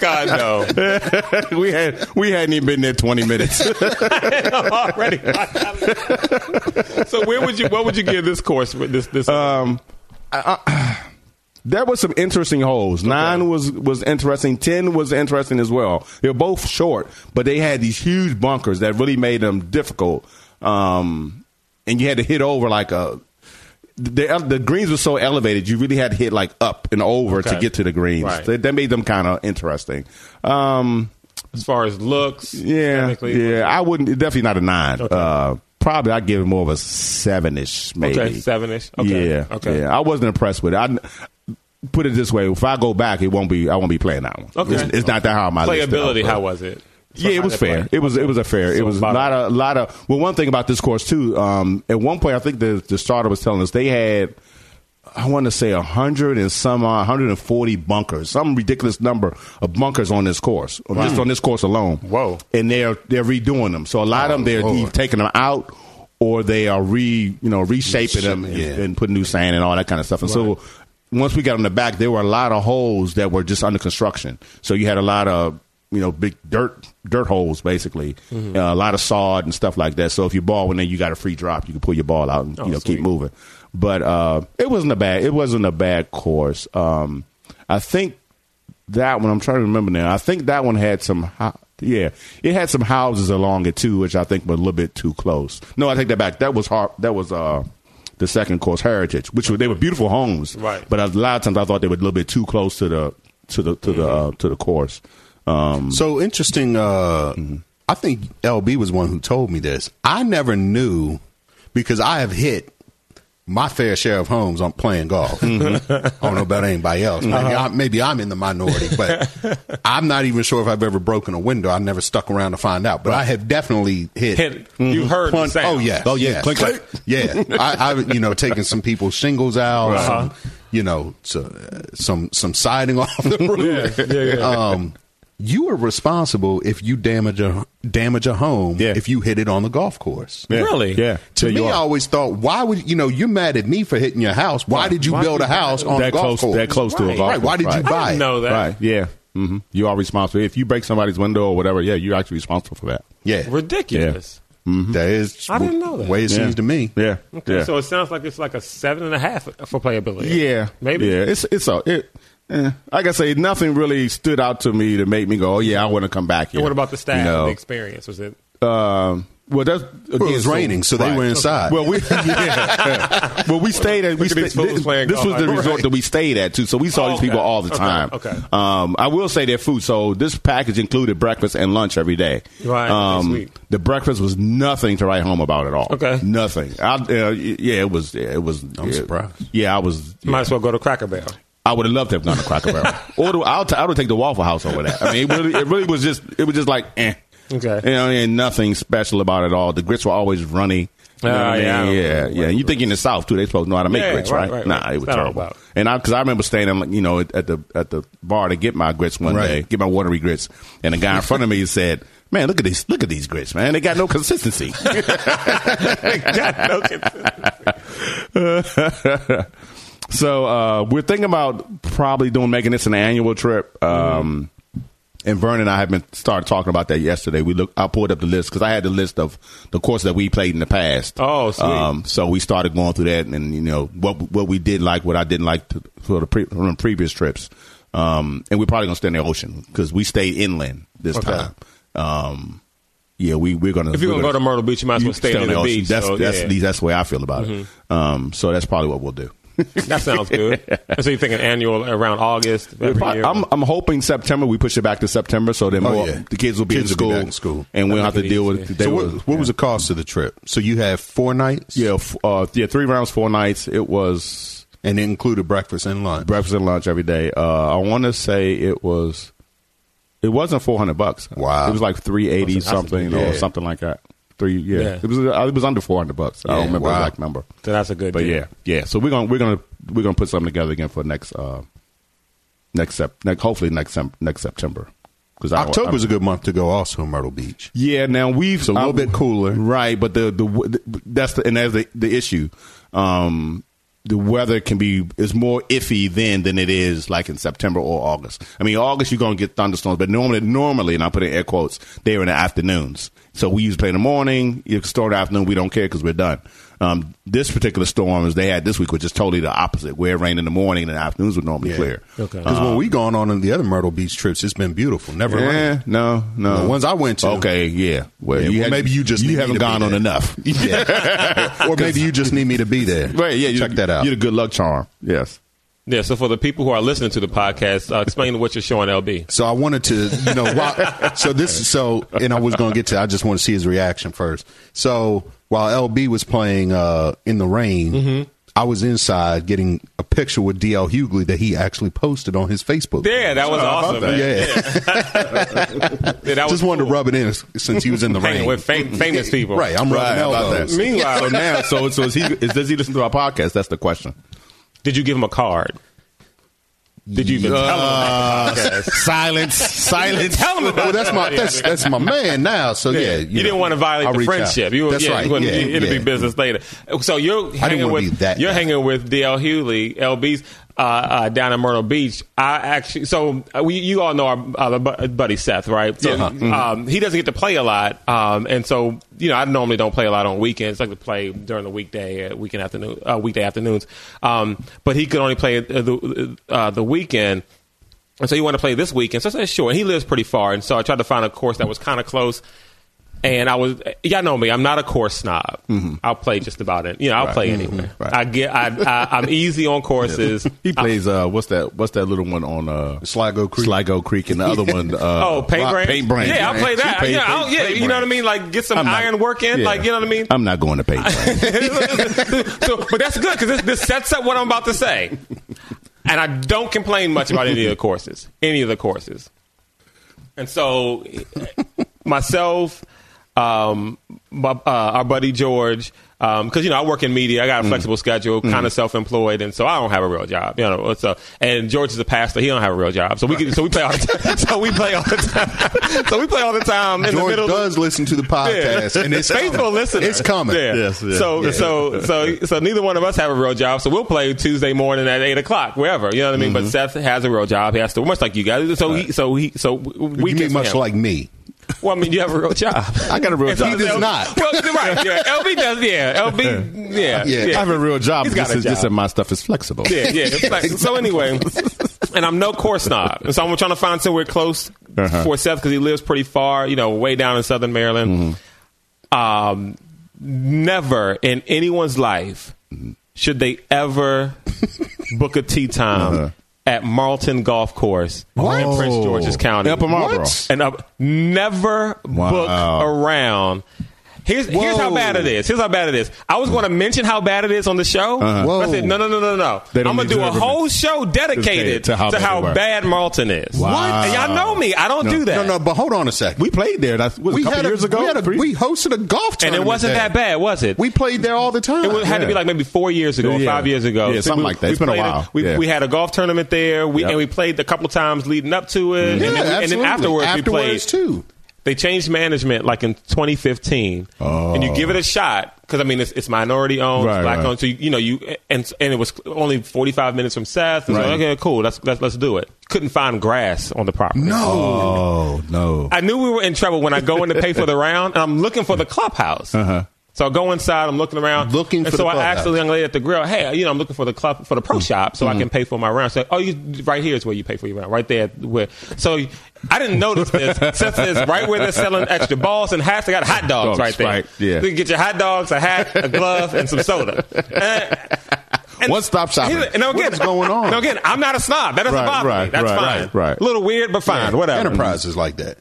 Speaker 2: condo.
Speaker 3: we had we hadn't even been there 20 minutes.
Speaker 2: Already. locked out of the- so where would you? What would you give this course? with This this.
Speaker 3: um, I, I, there was some interesting holes. Nine was was interesting. Ten was interesting as well. They're both short, but they had these huge bunkers that really made them difficult. Um, and you had to hit over like a. The, the greens were so elevated, you really had to hit like up and over to
Speaker 2: Okay.
Speaker 3: get to the greens.
Speaker 2: Right.
Speaker 3: That, that made them kind of interesting. Um,
Speaker 2: as far as looks,
Speaker 3: yeah,
Speaker 2: technically.
Speaker 3: yeah, I wouldn't definitely not a nine. Uh, probably I'd give it more of a seven ish, maybe
Speaker 2: Okay, seven-ish. Okay,
Speaker 3: Yeah,
Speaker 2: okay.
Speaker 3: Yeah, I wasn't impressed with it. I put it this way: if I go back, it won't be. I won't be playing that one.
Speaker 2: Okay.
Speaker 3: it's, it's not that high on my list at all.
Speaker 2: Playability, how was it?
Speaker 3: Yeah, it was
Speaker 2: Somebody
Speaker 3: fair.
Speaker 2: that played.
Speaker 3: It was it was a fair. it
Speaker 2: So
Speaker 3: was a
Speaker 2: bottom.
Speaker 3: lot of lot of. Well, one thing about this course too. Um, at one point, I think the the starter was telling us they had. I want to say a hundred and some, uh, hundred and forty bunkers, some ridiculous number of bunkers on this course, just on this course alone.
Speaker 2: Hmm. Whoa. Oh,
Speaker 3: And they're they're redoing them, so a lot of them they're either taking them out or they are re you know reshaping them and,
Speaker 4: Yeah.
Speaker 3: and putting new sand and all that kind of stuff. And so once we got on the back, there were a lot of holes that were just under construction. So you had a lot of you know big dirt dirt holes basically, uh, a lot of sod and stuff like that. So if your ball went in, you got a free drop. You can pull your ball out and you know keep
Speaker 2: sweet.
Speaker 3: moving. But uh, it wasn't a bad it wasn't a bad course. Um, I think that one I'm trying to remember now. I think that one had some hou- yeah, it had some houses along it too, which I think were a little bit too close. No, I take that back. That was hard. That was uh the second course heritage, which were, they were beautiful homes,
Speaker 2: Right.
Speaker 3: But a lot of times I thought they were a little bit too close to the to the to the uh, to the course. Um,
Speaker 4: So interesting. Uh, I think LB was one who told me this. I never knew because I have hit my fair share of homes on playing golf. I don't know about anybody else. Maybe, I, maybe I'm in the minority, but I'm not even sure if I've ever broken a window. I never stuck around to find out, but I have definitely hit.
Speaker 2: Hit- you heard the
Speaker 4: Plunk-
Speaker 2: sound.
Speaker 4: Oh yeah.
Speaker 2: Mm-hmm. Oh,
Speaker 4: yeah.
Speaker 3: Clink, clink.
Speaker 4: Yeah, I, I've you know taken some people's shingles out, some, you know, so, uh, some some siding off the roof.
Speaker 2: Yeah, yeah, yeah.
Speaker 4: Um, you are responsible if you damage a damage a home
Speaker 3: Yeah.
Speaker 4: if you hit it on the golf course.
Speaker 3: yeah,
Speaker 2: Really?
Speaker 3: Yeah.
Speaker 4: To
Speaker 3: Yeah, you
Speaker 4: me, I
Speaker 3: are.
Speaker 4: always thought, why would you know? You're mad at me for hitting your house. Why did you
Speaker 3: Why
Speaker 4: build
Speaker 3: did
Speaker 4: a house on
Speaker 3: that
Speaker 4: a
Speaker 3: close
Speaker 4: golf course?
Speaker 3: that close to a
Speaker 2: Right.
Speaker 3: golf
Speaker 4: right? Why did
Speaker 3: course,
Speaker 4: you
Speaker 3: right.
Speaker 4: buy it?
Speaker 2: know that.
Speaker 3: Right. Yeah. hmm You are responsible if you break somebody's window or whatever. Yeah, you're actually responsible for that.
Speaker 4: Yeah,
Speaker 2: Ridiculous.
Speaker 4: that is.
Speaker 2: I didn't know that.
Speaker 4: Way it
Speaker 3: Yeah.
Speaker 4: seems to me.
Speaker 3: Yeah.
Speaker 2: Okay,
Speaker 3: yeah.
Speaker 2: so it sounds like it's like a seven and a half for playability.
Speaker 3: Yeah,
Speaker 2: maybe.
Speaker 3: Yeah, it's it's a it. eh. Like I say, nothing really stood out to me to make me go, "Oh yeah, I want to come back here."
Speaker 2: And what about the staff,
Speaker 3: You know,
Speaker 2: the experience? Was it?
Speaker 3: um, well, that's again,
Speaker 4: Well, it was
Speaker 3: so-
Speaker 4: raining, so they
Speaker 3: right.
Speaker 4: were inside.
Speaker 3: Well, we yeah. well we stayed at we
Speaker 2: Look at these
Speaker 3: stayed-
Speaker 2: fools playing
Speaker 3: this was
Speaker 2: golf.
Speaker 3: the resort
Speaker 2: Right.
Speaker 3: that we stayed at too, so we saw
Speaker 2: Oh,
Speaker 3: these people
Speaker 2: okay.
Speaker 3: all the
Speaker 2: Okay,
Speaker 3: time.
Speaker 2: okay.
Speaker 3: Um, I will say their food. So this package included breakfast and lunch every day.
Speaker 2: Right,
Speaker 3: Um,
Speaker 2: sweet.
Speaker 3: the breakfast was nothing to write home about at all.
Speaker 2: Okay.
Speaker 3: Nothing. I, uh, yeah, it was. Yeah, it was. I'm
Speaker 4: surprised.
Speaker 3: Yeah, I was.
Speaker 2: Might as well go to Cracker Barrel.
Speaker 3: I would have loved to have gone to Cracker Barrel, or to, I'll t- I would take the Waffle House over that. I mean, it really, it really was just it was just like eh,
Speaker 2: Okay.
Speaker 3: you know, and nothing special about it all. The grits were always runny. You know
Speaker 2: Ah,
Speaker 3: what I mean?
Speaker 2: yeah, I don't
Speaker 3: yeah,
Speaker 2: like
Speaker 3: yeah. And you think in the South too, they supposed to know how to make
Speaker 2: Yeah,
Speaker 3: grits, right?
Speaker 2: right, right,
Speaker 3: nah,
Speaker 2: right.
Speaker 3: it was
Speaker 2: That's what I'm
Speaker 3: terrible.
Speaker 2: about.
Speaker 3: And I, because I remember standing, you know, at at the at the bar to get my grits one
Speaker 4: Right.
Speaker 3: day, get my watery grits, and the guy in front of me said. Man, look at these! Look at these grits, man. They got no consistency. So uh, we're thinking about probably doing making this an annual trip. Um, And Vern and I have been started talking about that yesterday. We look, I pulled up the list because I had the list of the courses that we played in the past. Um,
Speaker 2: Oh, sweet.
Speaker 3: so we started going through that, and you know what what we did like, what I didn't like to, for the pre, from the previous trips. Um, and we're probably gonna stay in the ocean because we stayed inland this time. Um, yeah, we we're gonna.
Speaker 2: If you're
Speaker 3: we're
Speaker 2: gonna go to Myrtle Beach, you might as well stay on the
Speaker 3: ocean.
Speaker 2: beach,
Speaker 3: That's
Speaker 2: so,
Speaker 3: that's
Speaker 2: yeah. Mm-hmm.
Speaker 3: the- that's the way I feel about it. Um, so that's probably what we'll do.
Speaker 2: That sounds good. so you think an annual around August every
Speaker 3: Probably-
Speaker 2: year?
Speaker 3: I'm I'm hoping September we push it back to September so then
Speaker 4: Oh,
Speaker 3: more-
Speaker 4: yeah.
Speaker 3: the kids will be in
Speaker 4: Kids will
Speaker 3: school
Speaker 4: be back in school.
Speaker 3: and we'll have to
Speaker 2: make it
Speaker 3: deal
Speaker 2: easy.
Speaker 3: with. they
Speaker 4: so what,
Speaker 3: will-
Speaker 4: what was the cost of the trip? So you had four nights,
Speaker 3: Yeah, f- uh, yeah, three rounds, four nights. It was
Speaker 4: and it included breakfast and lunch.
Speaker 3: breakfast and lunch every day. Uh, I want to say it was, it wasn't four hundred bucks.
Speaker 4: Wow.
Speaker 3: it was like three eighty
Speaker 2: That's a- that's a
Speaker 3: something
Speaker 2: good
Speaker 3: or
Speaker 4: deal.
Speaker 3: something like that. Three, yeah,
Speaker 2: Yeah.
Speaker 3: it was uh, it was under four hundred bucks. I
Speaker 4: Yeah,
Speaker 3: don't remember
Speaker 4: wow.
Speaker 3: the exact number,
Speaker 2: so that's a good.
Speaker 3: but
Speaker 2: deal.
Speaker 3: yeah, yeah. So we're gonna we're gonna we're gonna put something together again for next uh next sep next hopefully next sem- next September because
Speaker 4: October's a good month to go, also in Myrtle Beach.
Speaker 3: yeah, now we've
Speaker 4: It's a little bit cooler.
Speaker 3: right? But the the that's the, and that's the the issue. Um, the weather can be is more iffy then than it is like in September or August. I mean, August you're gonna get thunderstorms, but normally, normally, and I put in air quotes, they're in the afternoons. So we usually play in the morning. You can start the afternoon. We don't care because we're done. Um, this particular storm as they had this week was just totally the opposite. Where it rained in the morning, and the afternoons were normally clear.
Speaker 2: Okay.
Speaker 4: Because when we gone on the other Myrtle Beach trips, it's been beautiful. Never rained.
Speaker 3: Yeah, no, no.
Speaker 4: The ones I went to.
Speaker 3: Okay, yeah. Well,
Speaker 4: Yeah, well,
Speaker 3: had-
Speaker 4: maybe you just need
Speaker 3: you
Speaker 4: me
Speaker 3: haven't
Speaker 4: to be
Speaker 3: gone on
Speaker 4: there.
Speaker 3: enough.
Speaker 4: Yeah. or maybe you just need me to be there.
Speaker 3: Right, yeah.
Speaker 4: Check that out.
Speaker 3: You're the good luck charm. Yes.
Speaker 2: yeah. So for the people who are listening to the podcast, uh, explain what you're showing LB.
Speaker 4: So I wanted to, you know, while, so this, so, and I was going to get to, I just want to see his reaction first. So while LB was playing uh, in the rain, I was inside getting a picture with DL Hughley that he actually posted on his Facebook.
Speaker 2: Yeah, that was awesome.
Speaker 4: that.
Speaker 2: man. Yeah, that was
Speaker 4: Just wanted
Speaker 2: cool.
Speaker 4: to rub it in since he was in the rain.
Speaker 2: hanging with fam- famous people.
Speaker 4: Right, I'm
Speaker 3: Right,
Speaker 4: right
Speaker 3: about
Speaker 4: elbows.
Speaker 3: that.
Speaker 2: Meanwhile,
Speaker 3: So now, so so is he? Is, does he listen to our podcast? That's the question.
Speaker 2: did you give him a card? Did you even
Speaker 4: Uh,
Speaker 2: tell him?
Speaker 3: Uh, silence, silence.
Speaker 2: Uh, Tell him about
Speaker 4: Well, Oh, that's my
Speaker 2: it.
Speaker 4: that's that's my man now. So yeah,
Speaker 2: You, didn't want to violate
Speaker 4: I'll
Speaker 2: the
Speaker 4: reach out.
Speaker 2: friendship. You, were-
Speaker 4: that's
Speaker 2: yeah,
Speaker 4: right.
Speaker 2: You wouldn't-
Speaker 4: yeah,
Speaker 2: it'll
Speaker 4: yeah.
Speaker 2: be business later. So you're hanging
Speaker 4: wanna
Speaker 2: with
Speaker 4: be that
Speaker 2: you're
Speaker 4: guy.
Speaker 2: hanging with DL Hewley, LB's uh, uh, down in Myrtle Beach. I actually, so uh, we, you all know our uh, bu- buddy Seth, right? So
Speaker 4: Yeah. Uh-huh.
Speaker 2: um, he doesn't get to play a lot, um, and so you know I normally don't play a lot on weekends. I like to play during the weekday, uh, weekend afternoon, uh, weekday afternoons. Um, but he could only play uh, the uh, the weekend. And so you want to play this weekend. So I said, sure. And he lives pretty far. And so I tried to find a course that was kind of close. And I was, y'all know me, I'm not a course snob. I'll play just about it. You know, I'll play anywhere.
Speaker 3: Mm-hmm. Right.
Speaker 2: I get, I, I, I'm easy on courses.
Speaker 3: He plays. Uh, what's that? What's that little one on uh,
Speaker 4: Sligo Creek.
Speaker 3: Sligo Creek, and the other one. Uh,
Speaker 2: Oh, paint
Speaker 3: Rock-
Speaker 2: brand.
Speaker 3: Paint brand.
Speaker 2: Yeah, I'll play that.
Speaker 3: Paint-
Speaker 2: yeah, I'll,
Speaker 3: paint-
Speaker 2: yeah
Speaker 3: paint
Speaker 2: you know what I
Speaker 3: brand.
Speaker 2: mean? Like get some
Speaker 3: I'm not-
Speaker 2: iron work in.
Speaker 3: yeah.
Speaker 2: Like, you know what I mean?
Speaker 3: I'm not going to paint brand.
Speaker 2: so, but that's good because this, this sets up what I'm about to say. And I don't complain much about any of the courses, any of the courses. And so, myself, um, my, uh, our buddy George, because you know I work in media, I got a
Speaker 4: Mm-hmm.
Speaker 2: flexible schedule, kind of self-employed, and so I don't have a real job. You know, so and George is a pastor, he don't have a real job, so we can, so we play all the time. So we play all the time. so we play all the time in the
Speaker 4: George
Speaker 2: middle. of-
Speaker 4: does listen to the podcast, and it's
Speaker 2: faithful
Speaker 4: coming.
Speaker 2: listener.
Speaker 4: It's coming.
Speaker 2: Yeah.
Speaker 3: Yes, yeah.
Speaker 2: So
Speaker 3: Yeah.
Speaker 2: so so so neither one of us have a real job. So we'll play Tuesday morning at eight o'clock, wherever. You know what I mean. But Seth has a real job. He has to much like you guys. So he so he so we
Speaker 4: You mean much like me?
Speaker 2: Well, I mean, you have a real job.
Speaker 3: I got a real
Speaker 2: And so
Speaker 3: job.
Speaker 4: He does
Speaker 2: L-
Speaker 4: not.
Speaker 2: Well, you're right. Yeah, LB does. Yeah, LB. Yeah,
Speaker 4: Yeah.
Speaker 3: I have a real job.
Speaker 2: He's
Speaker 3: but
Speaker 2: got
Speaker 3: This
Speaker 2: a
Speaker 3: is this
Speaker 2: job.
Speaker 3: and my stuff is flexible.
Speaker 2: yeah, yeah. It's like- so anyway, and I'm no course snob, and so I'm trying to find somewhere close
Speaker 3: Uh-huh.
Speaker 2: for Seth because he lives pretty far, you know, way down in Southern Maryland.
Speaker 3: Mm-hmm.
Speaker 2: Um, never in anyone's life should they ever book a tea time
Speaker 3: Uh-huh. Oh.
Speaker 2: at Marlton Golf Course in Prince George's County.
Speaker 3: In Upper Marlboro.
Speaker 2: What? And up, never book
Speaker 3: Wow.
Speaker 2: around. Here's, here's how
Speaker 4: Whoa.
Speaker 2: bad it is. Here's how bad it is. I was going to mention how bad it is on the show.
Speaker 3: Uh-huh.
Speaker 4: Whoa.
Speaker 2: I said, no, no, no, no, no.
Speaker 3: They don't
Speaker 2: I'm gonna do a
Speaker 3: deserve it.
Speaker 2: whole show dedicated to how,
Speaker 3: bad they were.
Speaker 2: bad Marlton is.
Speaker 3: Wow.
Speaker 2: And y'all know me. I don't do that.
Speaker 4: No, no. But hold on a second.
Speaker 3: We played there. That's what, a couple
Speaker 4: had a-
Speaker 3: years ago.
Speaker 4: We, had a-
Speaker 3: Three-
Speaker 4: we hosted a golf
Speaker 2: And
Speaker 4: tournament.
Speaker 2: it wasn't
Speaker 4: there.
Speaker 2: that bad, was it?
Speaker 4: We played there all the time.
Speaker 2: It had to be like maybe four years ago, or
Speaker 3: Yeah.
Speaker 2: five years ago,
Speaker 3: Yeah, something like that.
Speaker 2: We
Speaker 3: It's been a
Speaker 2: played
Speaker 3: while.
Speaker 2: we,
Speaker 3: Yeah.
Speaker 2: we had a golf tournament there, we,
Speaker 3: Yep. Mm-hmm.
Speaker 2: and we played a couple times leading up to it,
Speaker 4: yeah,
Speaker 2: and, then, we- and then
Speaker 4: absolutely.
Speaker 2: afterwards, we played.
Speaker 4: Afterwards, too.
Speaker 2: They changed management like in 2015, and you give it a shot because I mean it's, it's minority owned,
Speaker 3: Oh. Right,
Speaker 2: it's black
Speaker 3: right.
Speaker 2: owned, so you, you know you and and it was only 45 minutes from Seth. And so,
Speaker 3: Right.
Speaker 2: okay, cool, let's, let's let's do it. Couldn't find grass on the property.
Speaker 4: No.
Speaker 3: oh no.
Speaker 2: I knew we were in trouble when I go in to pay for the round, and I'm looking for the clubhouse. So I go inside. I'm looking around,
Speaker 4: Looking
Speaker 2: And
Speaker 4: for
Speaker 2: so
Speaker 4: the
Speaker 2: I asked the
Speaker 4: clubhouse.
Speaker 2: young lady at the grill, "Hey, you know, I'm looking for the club for the pro shop, so I can pay for my round." She said, "Oh, you right here is where you pay for your round, right there where." So I didn't notice this since it's right where they're selling extra balls and hats. They got hot dogs
Speaker 3: Dogs,
Speaker 2: right there.
Speaker 3: right, yeah.
Speaker 2: you can get your hot dogs, a hat, a glove, and some soda. And- and-
Speaker 3: One-stop shopping.
Speaker 2: Here's- And now again,
Speaker 4: What is going on?
Speaker 2: Now again, I'm not a snob. That doesn't
Speaker 3: Right,
Speaker 2: bother me.
Speaker 3: right,
Speaker 2: That's
Speaker 3: right,
Speaker 2: fine.
Speaker 3: right, right.
Speaker 2: A little weird, but fine. Whatever.
Speaker 4: Enterprises like that.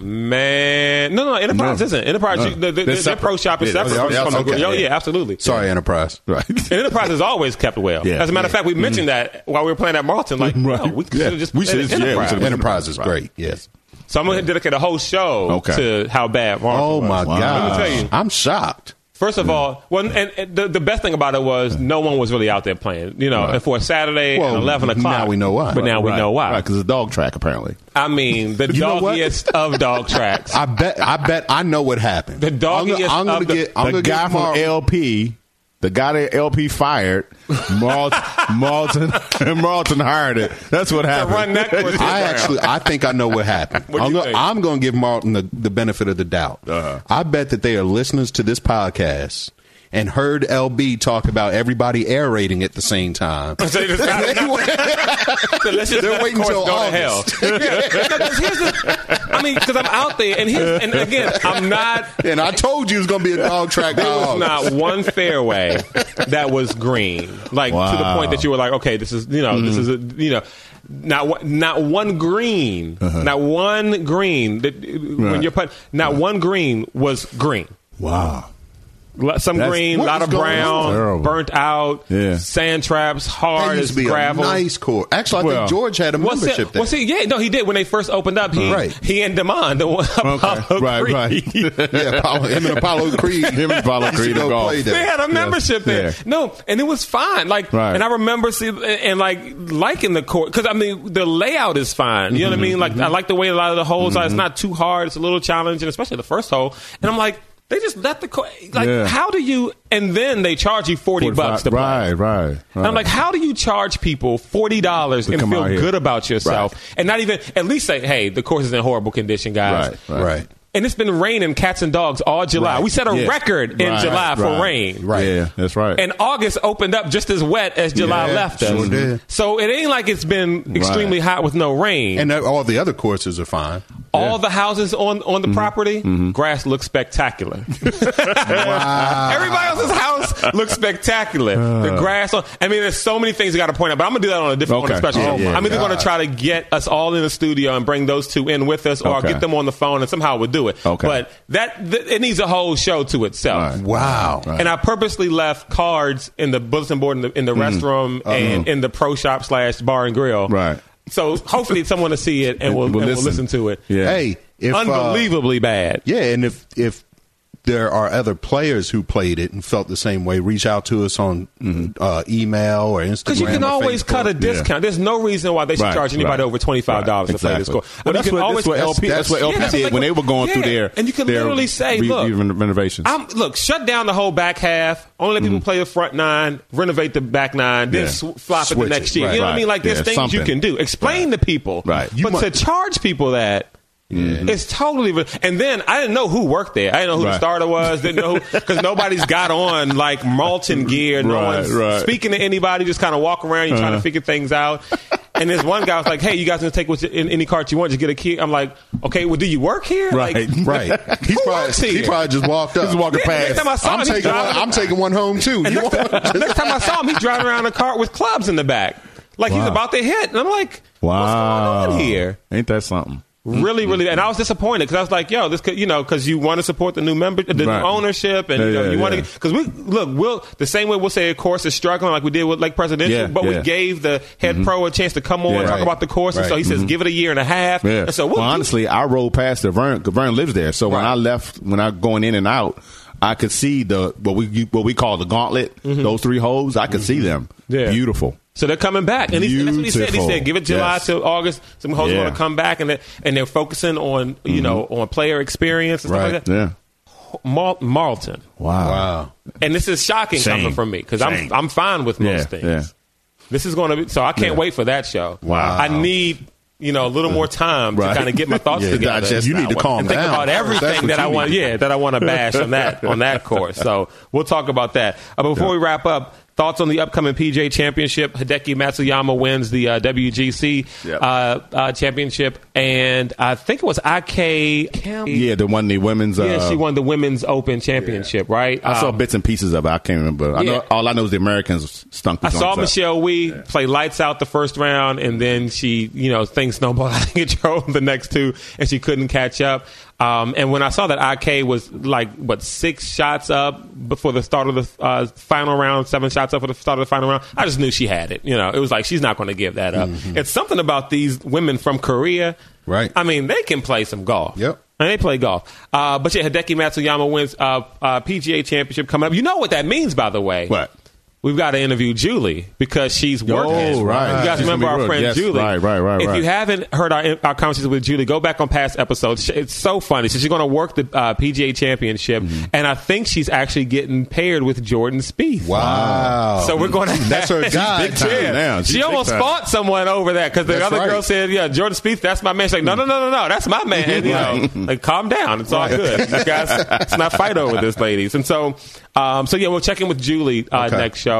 Speaker 2: Man, no, no, Enterprise
Speaker 3: No.
Speaker 2: isn't. Enterprise,
Speaker 3: No.
Speaker 2: you- the, the,
Speaker 3: They're
Speaker 2: their pro
Speaker 3: separate.
Speaker 2: shop is
Speaker 3: Yeah,
Speaker 2: separate from,
Speaker 4: okay,
Speaker 2: from the
Speaker 4: okay,
Speaker 2: group. Oh,
Speaker 4: yeah.
Speaker 2: yeah, absolutely.
Speaker 4: Sorry, Enterprise.
Speaker 3: Right.
Speaker 2: And Enterprise is always kept well.
Speaker 3: Yeah, Mm-hmm.
Speaker 2: As a matter of fact, we mentioned that while we were playing at Martin. Like, no,
Speaker 3: Right.
Speaker 2: we should
Speaker 3: Yeah.
Speaker 2: have just
Speaker 3: We
Speaker 2: we should
Speaker 3: should've- yeah, we
Speaker 2: Enterprise.
Speaker 3: should've-
Speaker 4: Enterprise is
Speaker 3: Right.
Speaker 4: great. Yes.
Speaker 2: so I'm going to dedicate a whole show
Speaker 3: Okay.
Speaker 2: to how bad Martin
Speaker 4: Oh
Speaker 2: was.
Speaker 4: my
Speaker 3: Wow. Mm.
Speaker 4: God.
Speaker 2: Let me tell you.
Speaker 4: I'm shocked.
Speaker 2: First of all, well, and, and the, the best thing about it was no one was really out there playing. You know, and for a Saturday
Speaker 4: Well,
Speaker 2: at 11 o'clock.
Speaker 4: now we know why.
Speaker 2: But now we
Speaker 3: Right.
Speaker 2: know why.
Speaker 3: Right, because it's dog track apparently.
Speaker 2: I mean, the
Speaker 4: know what?
Speaker 2: doggiest of dog tracks.
Speaker 4: I bet. I bet. I know what happened.
Speaker 2: The doggiest
Speaker 4: I'm, gonna- I'm
Speaker 2: of
Speaker 4: gonna
Speaker 2: the-
Speaker 4: get. I'm
Speaker 3: the
Speaker 4: gonna
Speaker 3: guy
Speaker 4: get
Speaker 3: from
Speaker 4: Marv-
Speaker 3: LP, the guy that LP fired, Marlton, Marlton, Marlton hired it. That's what happened.
Speaker 2: run that course.
Speaker 4: I actually, I think I know what happened.
Speaker 2: What do you
Speaker 4: I'm, gonna,
Speaker 2: think?
Speaker 4: I'm gonna give Martin the, the benefit of the doubt.
Speaker 3: Uh-huh.
Speaker 4: I bet that they are listeners to this podcast and heard LB talk about everybody aerating at the same time.
Speaker 2: So they just got so let's just
Speaker 4: They're
Speaker 2: let the
Speaker 4: waiting
Speaker 2: course
Speaker 4: till
Speaker 2: go
Speaker 4: August.
Speaker 2: to hell. Yeah, 'cause here's the- I mean, because I'm out there, and here's, and again, I'm not.
Speaker 4: and I told you it was gonna be a dog track.
Speaker 2: There was
Speaker 4: dog.
Speaker 2: not one fairway that was green, like to the
Speaker 3: Wow.
Speaker 2: point that you were like, okay, this is you know, this is a, you know, not one- not one green, not one green that when
Speaker 3: Right.
Speaker 2: you're putting, not one green was green.
Speaker 3: wow.
Speaker 2: Lo- Some
Speaker 3: That's-
Speaker 2: green, a
Speaker 4: what
Speaker 2: lot
Speaker 4: is
Speaker 2: of
Speaker 4: going on?
Speaker 2: brown,
Speaker 3: Terrible.
Speaker 2: burnt out,
Speaker 3: Yeah.
Speaker 2: sand traps,
Speaker 4: That
Speaker 2: hard as
Speaker 4: used to be
Speaker 2: gravel.
Speaker 4: a nice court. Actually, I
Speaker 3: Well,
Speaker 4: think George had a
Speaker 2: Well, see,
Speaker 4: membership there.
Speaker 2: well, see, yeah, no, he did when they first opened up. He,
Speaker 4: Right.
Speaker 2: he and Demond, the one Apollo
Speaker 3: Right,
Speaker 2: Creed.
Speaker 3: right.
Speaker 4: yeah, Apollo, him and Apollo Creed.
Speaker 3: Him and Apollo
Speaker 4: used to
Speaker 3: Creed
Speaker 4: go
Speaker 3: and golf.
Speaker 4: play
Speaker 2: They
Speaker 4: there.
Speaker 2: had a membership there.
Speaker 3: Yeah.
Speaker 2: No, and it was fine. Like,
Speaker 3: Right.
Speaker 2: and I remember see, and, and, like liking the court because I mean the layout is fine. You know what
Speaker 3: Mm-hmm,
Speaker 2: I mean? Like, I like the way a lot of the holes are. It's not too hard. It's a little challenging, especially the first hole. And I'm like, they just let the court. Like,
Speaker 3: Yeah.
Speaker 2: how do you? And then they charge you forty bucks to play.
Speaker 3: right, right, right.
Speaker 2: And I'm like, how do you charge people forty dollars and
Speaker 3: come
Speaker 2: feel
Speaker 3: out here.
Speaker 2: good about yourself,
Speaker 3: Right.
Speaker 2: and not even at least say, "Hey, the course is in horrible condition, guys."
Speaker 3: Right,
Speaker 4: Right.
Speaker 2: And it's been raining cats and dogs all July.
Speaker 3: Right.
Speaker 2: "Ah, We set a
Speaker 3: Yeah.
Speaker 2: record in
Speaker 3: Right,
Speaker 2: July for
Speaker 3: right,
Speaker 2: rain.
Speaker 4: Right.
Speaker 3: Yeah, that's right.
Speaker 2: And August opened up just as wet as July
Speaker 4: Yeah,
Speaker 2: left
Speaker 4: sure
Speaker 2: us.
Speaker 4: did.
Speaker 2: So it ain't like it's been extremely hot with no rain.
Speaker 4: And that- all the other courses are fine.
Speaker 2: all the houses on, on
Speaker 3: Mm-hmm.
Speaker 2: the property, grass looks spectacular. Everybody else's house looks spectacular. the grass on, I mean, there's so many things I got to point out, but I'm going to do that on a different
Speaker 3: Uh. Okay.
Speaker 2: one, especially.
Speaker 3: Oh, my
Speaker 2: I'm either going to try to get us all in the studio and bring those two in with us, or I'll
Speaker 3: Okay.
Speaker 2: get them on the phone and somehow we'll do it.
Speaker 3: Okay.
Speaker 2: But that, th- it needs a whole show to itself.
Speaker 4: Wow.
Speaker 2: And I purposely left cards in the bulletin board in the, in the restroom and in the pro shop slash bar and grill.
Speaker 3: Mm-hmm. Uh-huh. Right.
Speaker 2: So hopefully someone will see it and will, and will listen to it.
Speaker 3: Yeah.
Speaker 4: Hey, if uh,
Speaker 2: Unbelievably bad.
Speaker 4: yeah, and if if there are other players who played it and felt the same way, reach out to us on uh, email or Instagram.
Speaker 2: Mm-hmm. Because you can
Speaker 4: or
Speaker 2: always
Speaker 4: Facebook.
Speaker 2: cut a discount. There's no reason why they should
Speaker 3: Right,
Speaker 2: charge anybody
Speaker 3: right.
Speaker 2: over twenty five dollars
Speaker 3: Right,
Speaker 2: to play this
Speaker 3: exactly.
Speaker 2: course. I
Speaker 3: Well,
Speaker 2: mean,
Speaker 3: that's,
Speaker 2: you can
Speaker 3: what,
Speaker 2: always-
Speaker 3: that's what LP, that's, what
Speaker 2: yeah,
Speaker 3: LP
Speaker 2: that's
Speaker 3: did
Speaker 2: like-
Speaker 3: when they were going through
Speaker 2: yeah.
Speaker 3: their
Speaker 2: and you can
Speaker 3: their
Speaker 2: literally say,
Speaker 3: re-
Speaker 2: look,
Speaker 3: re- renovations.
Speaker 2: I'm look, shut down the whole back half. Only let people play the front nine, renovate the back nine, then
Speaker 3: Mm. Yeah.
Speaker 2: sw- flop it the
Speaker 3: Switch
Speaker 2: next
Speaker 3: it.
Speaker 2: year.
Speaker 3: Right,
Speaker 2: you know what I
Speaker 3: right.
Speaker 2: mean? Like there's
Speaker 3: Yeah,
Speaker 2: things you
Speaker 3: something.
Speaker 2: can do. Explain to people,
Speaker 3: Right. You
Speaker 2: but
Speaker 3: mu- Mm-hmm.
Speaker 2: to charge people that. It's totally, re- and then I didn't know who worked there. I didn't know who the
Speaker 3: Right.
Speaker 2: starter was. Didn't know because nobody's got on like Malton gear. No
Speaker 3: Right,
Speaker 2: one's
Speaker 3: right. Uh-huh.
Speaker 2: speaking to anybody. Just kind of walk around. You're trying to figure things out. And this one guy was like, "Hey, you guys can take what you, in, any cart you want. Just get a key." I'm like, "Okay, well, do you work here?" Like,
Speaker 3: Right.
Speaker 4: Right. He's
Speaker 2: Who
Speaker 4: probably,
Speaker 2: works here?
Speaker 4: he probably just walked up.
Speaker 3: He's walking Yeah, past.
Speaker 2: next time I saw him,
Speaker 4: I'm
Speaker 2: he's
Speaker 4: taking, one,
Speaker 2: driving-
Speaker 4: I'm taking one home too. You
Speaker 2: next, time, next time I saw him, he's driving around in a cart with clubs in the back. Like he's
Speaker 3: Wow.
Speaker 2: about to hit. And I'm like,
Speaker 3: wow.
Speaker 2: what's going on here?
Speaker 3: Ain't that something?
Speaker 2: Really, really, and I was disappointed because I was like, "Yo, this could, you know, because you want to support the new member, the
Speaker 3: Right.
Speaker 2: new ownership, and you, know,
Speaker 3: Yeah,
Speaker 2: you want
Speaker 3: yeah.
Speaker 2: to, because we look, we'll the same way we'll say a course is struggling, like we did with Lake Presidential,
Speaker 3: Yeah,
Speaker 2: but
Speaker 3: yeah. Mm-hmm.
Speaker 2: we gave the head pro a chance to come on
Speaker 3: Yeah.
Speaker 2: and talk
Speaker 3: Right. Mm-hmm.
Speaker 2: about the course, and so he
Speaker 4: Right.
Speaker 2: says, "Give it a year and a half."
Speaker 3: Yeah.
Speaker 2: And so we'll,
Speaker 3: well,
Speaker 2: do-
Speaker 3: honestly, I rode past the Vern. 'cause Vern lives there, so when
Speaker 2: Right.
Speaker 3: I left, when I going in and out, I could see the what we what we call the gauntlet. Those three holes, I could see them.
Speaker 2: Mm-hmm. Yeah.
Speaker 3: Beautiful.
Speaker 2: So they're coming back, and, he, and that's what he said. He
Speaker 3: Beautiful.
Speaker 2: said, "Give it July
Speaker 3: Yes.
Speaker 2: to August. Some hosts
Speaker 3: Yeah. Mm-hmm.
Speaker 2: want to come back, and they're, and they're focusing on you know on player experience and
Speaker 4: Right.
Speaker 2: stuff like that."
Speaker 3: Yeah.
Speaker 2: Mar- Marlton,
Speaker 3: Wow.
Speaker 4: Oh. wow.
Speaker 2: and this is shocking
Speaker 3: Shame.
Speaker 2: coming from me because I'm
Speaker 3: Shame.
Speaker 2: I'm fine with most
Speaker 3: Yeah.
Speaker 2: things.
Speaker 3: Yeah.
Speaker 2: This is going to be so. I can't wait for that show.
Speaker 3: Wow.
Speaker 2: I need you know, a little more time
Speaker 4: Right.
Speaker 2: to kind of get my thoughts
Speaker 4: Yeah,
Speaker 2: together.
Speaker 4: digest You that need to one. calm
Speaker 2: and think
Speaker 4: down
Speaker 2: about
Speaker 4: first. That's
Speaker 2: everything
Speaker 4: what
Speaker 2: that
Speaker 4: you
Speaker 2: I want.
Speaker 4: need to do.
Speaker 2: Yeah, that I want to bash on that on that course. So we'll talk about that. Uh, but before we wrap up, thoughts on the upcoming PJ Championship? Hideki Matsuyama wins the uh, WGC
Speaker 3: Yep.
Speaker 2: uh, uh, Championship, and I think it was IK. Cam-
Speaker 3: Yeah, the one the women's. Uh,
Speaker 2: Yeah, she won the Women's Open Championship, right?
Speaker 3: I
Speaker 2: Uh,
Speaker 3: saw bits and pieces of it. I can't remember. I
Speaker 2: Yeah.
Speaker 3: know all I know is the Americans stunk.
Speaker 2: I saw
Speaker 3: themselves up.
Speaker 2: Michelle Wee play lights out the first round, and then she, you know, things snowballed out of control the next two, and she couldn't catch up. Um, and when I saw that IK was like what six shots up before the start of the uh, final round, seven shots up for the start of the final round, I just knew she had it. You know, it was like she's not going to give that up. It's something about these women from Korea,
Speaker 4: Mm-hmm. Right.
Speaker 2: I mean, they can play some golf.
Speaker 4: Yep.
Speaker 2: And they play golf. Uh, but yeah, Hideki Matsuyama wins uh, uh, PGA Championship coming up. You know what that means, by the way.
Speaker 3: What?
Speaker 2: We've got to interview Julie because she's working.
Speaker 3: right.
Speaker 2: You guys
Speaker 3: She's
Speaker 2: remember
Speaker 3: gonna be
Speaker 2: our
Speaker 3: working.
Speaker 2: friend
Speaker 3: Yes,
Speaker 2: Julie.
Speaker 3: right, right, right,
Speaker 2: If
Speaker 3: right.
Speaker 2: you haven't heard our, our conversations with Julie, go back on past episodes. She- It's so funny. So she's going to work the uh, PGA Championship,
Speaker 3: Mm-hmm.
Speaker 2: and I think she's actually getting paired with Jordan Spieth.
Speaker 3: Oh,
Speaker 4: Wow.
Speaker 2: So we're going to.
Speaker 4: That's her guy.
Speaker 3: big time now. She's
Speaker 2: She
Speaker 3: big
Speaker 2: almost
Speaker 3: time.
Speaker 2: fought someone over that because the
Speaker 4: That's
Speaker 2: other
Speaker 4: right.
Speaker 2: girl said, "Yeah, Jordan Spieth, that's my man." She's like, "No, no, no, no, no, that's my man." You know, like calm down, it's all good. You guys, let's not fight over this, ladies. And so, um, so yeah, we'll check in with Julie uh,
Speaker 4: Okay.
Speaker 2: next show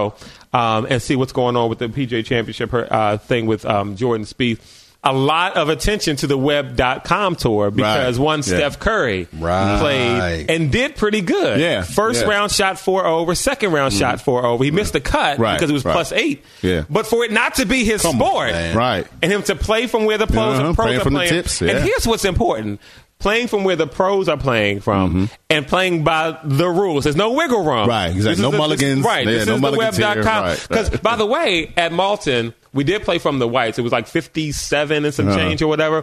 Speaker 2: um, and see what's going on with the PJ Championship her, uh, thing with um, Jordan Spieth. A lot of attention to the web.com tour because
Speaker 3: Right.
Speaker 2: one
Speaker 3: Yeah.
Speaker 2: Steph Curry
Speaker 4: Right.
Speaker 2: played and did pretty good.
Speaker 3: Yeah.
Speaker 2: First
Speaker 3: Yeah.
Speaker 2: round shot four over, second round shot four over. He missed the cut
Speaker 3: Mm. Right.
Speaker 2: because it was
Speaker 3: Right.
Speaker 2: plus eight.
Speaker 3: Yeah.
Speaker 2: But for it not to be his sport,
Speaker 4: man.
Speaker 3: Right.
Speaker 2: and him to play from where the pros,
Speaker 3: Uh-huh,
Speaker 2: are pros
Speaker 3: playing
Speaker 2: are
Speaker 3: from the
Speaker 2: playing.
Speaker 3: tips, yeah.
Speaker 2: And here's what's important. Playing from where the pros are playing from and playing by the rules. There's no wiggle room.
Speaker 3: Mm-hmm. Right, exactly.
Speaker 2: This is
Speaker 3: No
Speaker 2: the- this-
Speaker 3: mulligans.
Speaker 2: right.
Speaker 3: Yeah,
Speaker 2: this
Speaker 3: no
Speaker 2: is the
Speaker 3: mulligans here.
Speaker 2: web.com.
Speaker 3: Right,
Speaker 2: Because,
Speaker 3: right.
Speaker 2: by the way, at Malton, we did play from the whites. It was like 57 and some
Speaker 3: Uh-huh.
Speaker 2: change or whatever.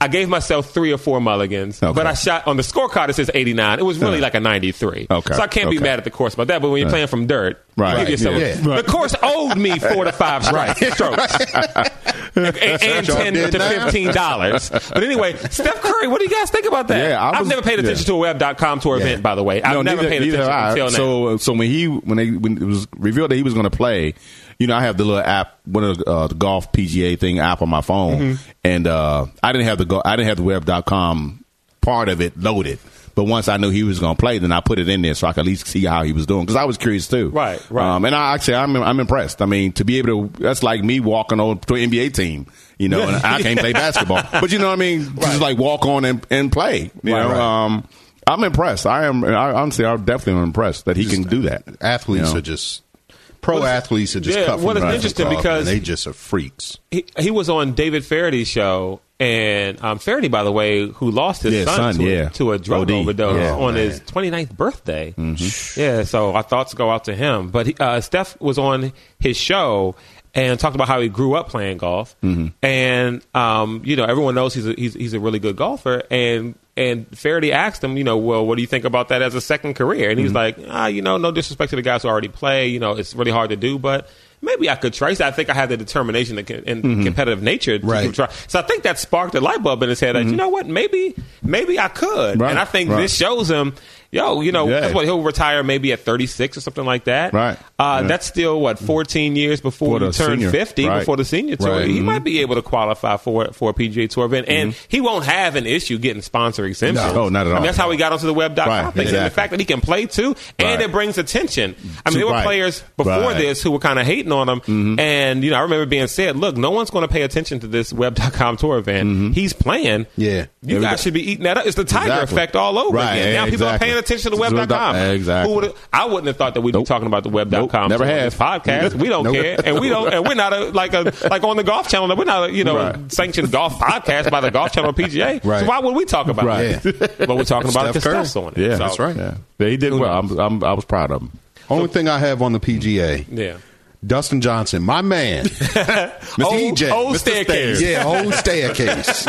Speaker 2: I gave myself three or four mulligans,
Speaker 3: Okay. Uh-huh.
Speaker 2: but I shot on the scorecard. It says 89. It was really like a 93.
Speaker 3: Okay,
Speaker 2: So I can't be
Speaker 3: okay.
Speaker 2: mad at the course about that. But when you're playing from dirt,
Speaker 3: Right,
Speaker 2: give yourself
Speaker 3: yeah.
Speaker 2: a-
Speaker 3: Right.
Speaker 2: the course owed me four to five strikes, strokes, and, and
Speaker 4: y'all
Speaker 2: ten
Speaker 4: did
Speaker 2: to
Speaker 4: now.
Speaker 2: fifteen dollars. But anyway, Steph Curry, what do you guys think about that?
Speaker 3: Yeah, I
Speaker 2: I've
Speaker 3: was-
Speaker 2: never paid attention
Speaker 3: yeah.
Speaker 2: to a web.com tour event. By the way, I've never paid attention
Speaker 3: have I.
Speaker 2: until now.
Speaker 3: So uh, so when he when they when it was revealed that he was going to play, you know, I have the little app, one of the, uh, the golf PGA thing app on my phone,
Speaker 2: Mm-hmm.
Speaker 3: and uh, I didn't have the go- I didn't have the web.com part of it loaded. But once I knew he was going to play, then I put it in there so I could at least see how he was doing because I was curious too.
Speaker 2: Right, right.
Speaker 3: Um, and I actually I'm I'm impressed. I mean, to be able to that's like me walking on to an NBA team. You know, and I can't play basketball, but you know what I mean. Just like walk on and, and play. You
Speaker 4: Right,
Speaker 3: know,
Speaker 4: right.
Speaker 3: um, I'm impressed. I am. I, honestly, I'm definitely impressed that he can do that.
Speaker 4: athletes
Speaker 3: You know?
Speaker 4: are just pro
Speaker 2: What is-
Speaker 4: athletes are just
Speaker 2: yeah,
Speaker 4: cut from
Speaker 2: what is
Speaker 4: the
Speaker 2: interesting
Speaker 4: cloth,
Speaker 2: because-
Speaker 4: man. they just are freaks.
Speaker 2: he, he was on David Faraday's show, and um, Faraday, by the way, who lost his
Speaker 3: Yeah,
Speaker 2: son, to,
Speaker 3: son,
Speaker 2: a-
Speaker 3: yeah.
Speaker 2: to a drug
Speaker 3: OD.
Speaker 2: overdose
Speaker 3: Yeah. Mm-hmm.
Speaker 2: on his 29th birthday. Yeah, so our thoughts go out to him. But he, uh, Steph was on his show and talked about how he grew up playing golf,
Speaker 3: Mm-hmm.
Speaker 2: and um, you know everyone knows he's a, he's, he's a really good golfer, and and Faraday asked him, you know, well, what do you think about that as a second career? And he's like,
Speaker 3: Mm-hmm.
Speaker 2: ah, you know, no disrespect to the guys who already play. You know, it's really hard to do, but maybe I could trace. it. I think I have the determination and co- and
Speaker 3: Mm-hmm.
Speaker 2: competitive nature to
Speaker 4: Right.
Speaker 2: try. So I think that sparked a light bulb in his head. Like, you know what? Maybe, maybe I could.
Speaker 3: Mm-hmm. Right,
Speaker 2: And I think
Speaker 3: right.
Speaker 2: this shows him, yo, you know,
Speaker 3: Yeah.
Speaker 2: that's what he'll retire maybe at 36 or something like that.
Speaker 3: Right.
Speaker 2: Uh,
Speaker 3: Yeah.
Speaker 2: That's still what 14 years before
Speaker 3: Before
Speaker 2: you
Speaker 3: the
Speaker 2: turn
Speaker 3: senior.
Speaker 2: 50,
Speaker 3: Right. Mm-hmm.
Speaker 2: before the senior tour.
Speaker 4: Right.
Speaker 2: He might be able to qualify for for a PGA Tour event, and he won't have an issue getting sponsor exemptions.
Speaker 3: No. Oh, not at
Speaker 2: I mean,
Speaker 3: all.
Speaker 2: that's how he got onto the web.com
Speaker 3: Right,
Speaker 2: thing. And the
Speaker 3: exactly.
Speaker 2: fact that he can play too, and
Speaker 3: Right.
Speaker 2: it brings attention. I mean,
Speaker 3: To-
Speaker 2: there were
Speaker 3: right.
Speaker 2: players before
Speaker 3: Right. Mm-hmm.
Speaker 2: this who were kind of hating on him, and you know, I remember being said, "Look, no one's going to pay attention to this web.com tour event.
Speaker 3: Mm-hmm.
Speaker 2: He's playing.
Speaker 4: Yeah.
Speaker 2: you guys should be eating that up. It's the Tiger
Speaker 3: Exactly.
Speaker 2: effect all over
Speaker 3: Right,
Speaker 2: again. Now people are
Speaker 3: exactly.
Speaker 2: paying attention to
Speaker 3: To the
Speaker 2: web.com.
Speaker 3: web- Eh, exactly.
Speaker 2: Who would've- I wouldn't have thought that we'd be talking about the web.com.
Speaker 3: Nope, never
Speaker 2: tour on
Speaker 3: have.
Speaker 2: this podcast. We don't
Speaker 3: Nope.
Speaker 2: care, and we don't, and we're not a, like a like on the golf channel. We're not a, you know
Speaker 3: Right.
Speaker 2: sanctioned golf podcast by the golf channel PGA.
Speaker 4: Right.
Speaker 2: So why would we talk about
Speaker 3: Right.
Speaker 2: it? But we're talking about it
Speaker 4: Steph
Speaker 2: because
Speaker 4: Curry.
Speaker 2: Steph's on it.
Speaker 3: Yeah,
Speaker 2: So,
Speaker 4: that's right.
Speaker 3: Yeah. He did well. I'm, I'm, I was proud of him.
Speaker 4: Only thing I have on the PGA,
Speaker 2: Yeah.
Speaker 4: Dustin Johnson, my man, E
Speaker 3: E
Speaker 2: Old-
Speaker 4: DJ,
Speaker 2: old
Speaker 4: Mr.
Speaker 2: staircase.
Speaker 4: Yeah, old staircase.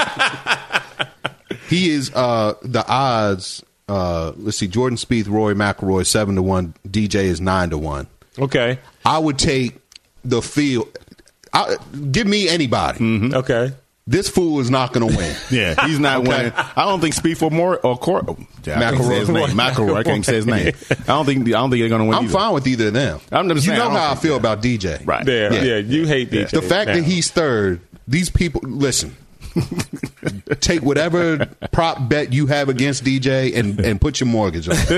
Speaker 4: he is uh, the odds. Uh, let's see, Jordan Spieth, Roy McIlroy, seven to one. DJ is nine to one.
Speaker 2: Okay.
Speaker 4: I would take the field. I, give me anybody.
Speaker 2: Mm-hmm. Okay.
Speaker 4: This fool is not going to win.
Speaker 3: Yeah, he's not winning. I don't think Speed for more or Cor- oh, yeah, I can't say his
Speaker 4: McElroy.
Speaker 3: name. McElroy. I can't even say his name. I don't think. I don't think they're going to win.
Speaker 4: I'm
Speaker 3: either.
Speaker 4: fine with either of them.
Speaker 3: I'm just
Speaker 4: you
Speaker 3: saying, I
Speaker 4: know
Speaker 3: don't
Speaker 4: how I
Speaker 3: think
Speaker 4: feel about DJ.
Speaker 3: Right.
Speaker 2: Yeah. Yeah.
Speaker 4: Yeah.
Speaker 2: You hate DJ.
Speaker 4: The fact
Speaker 2: now.
Speaker 4: that he's third, these people listen. take whatever prop bet you have against DJ and, and put your mortgage on. Because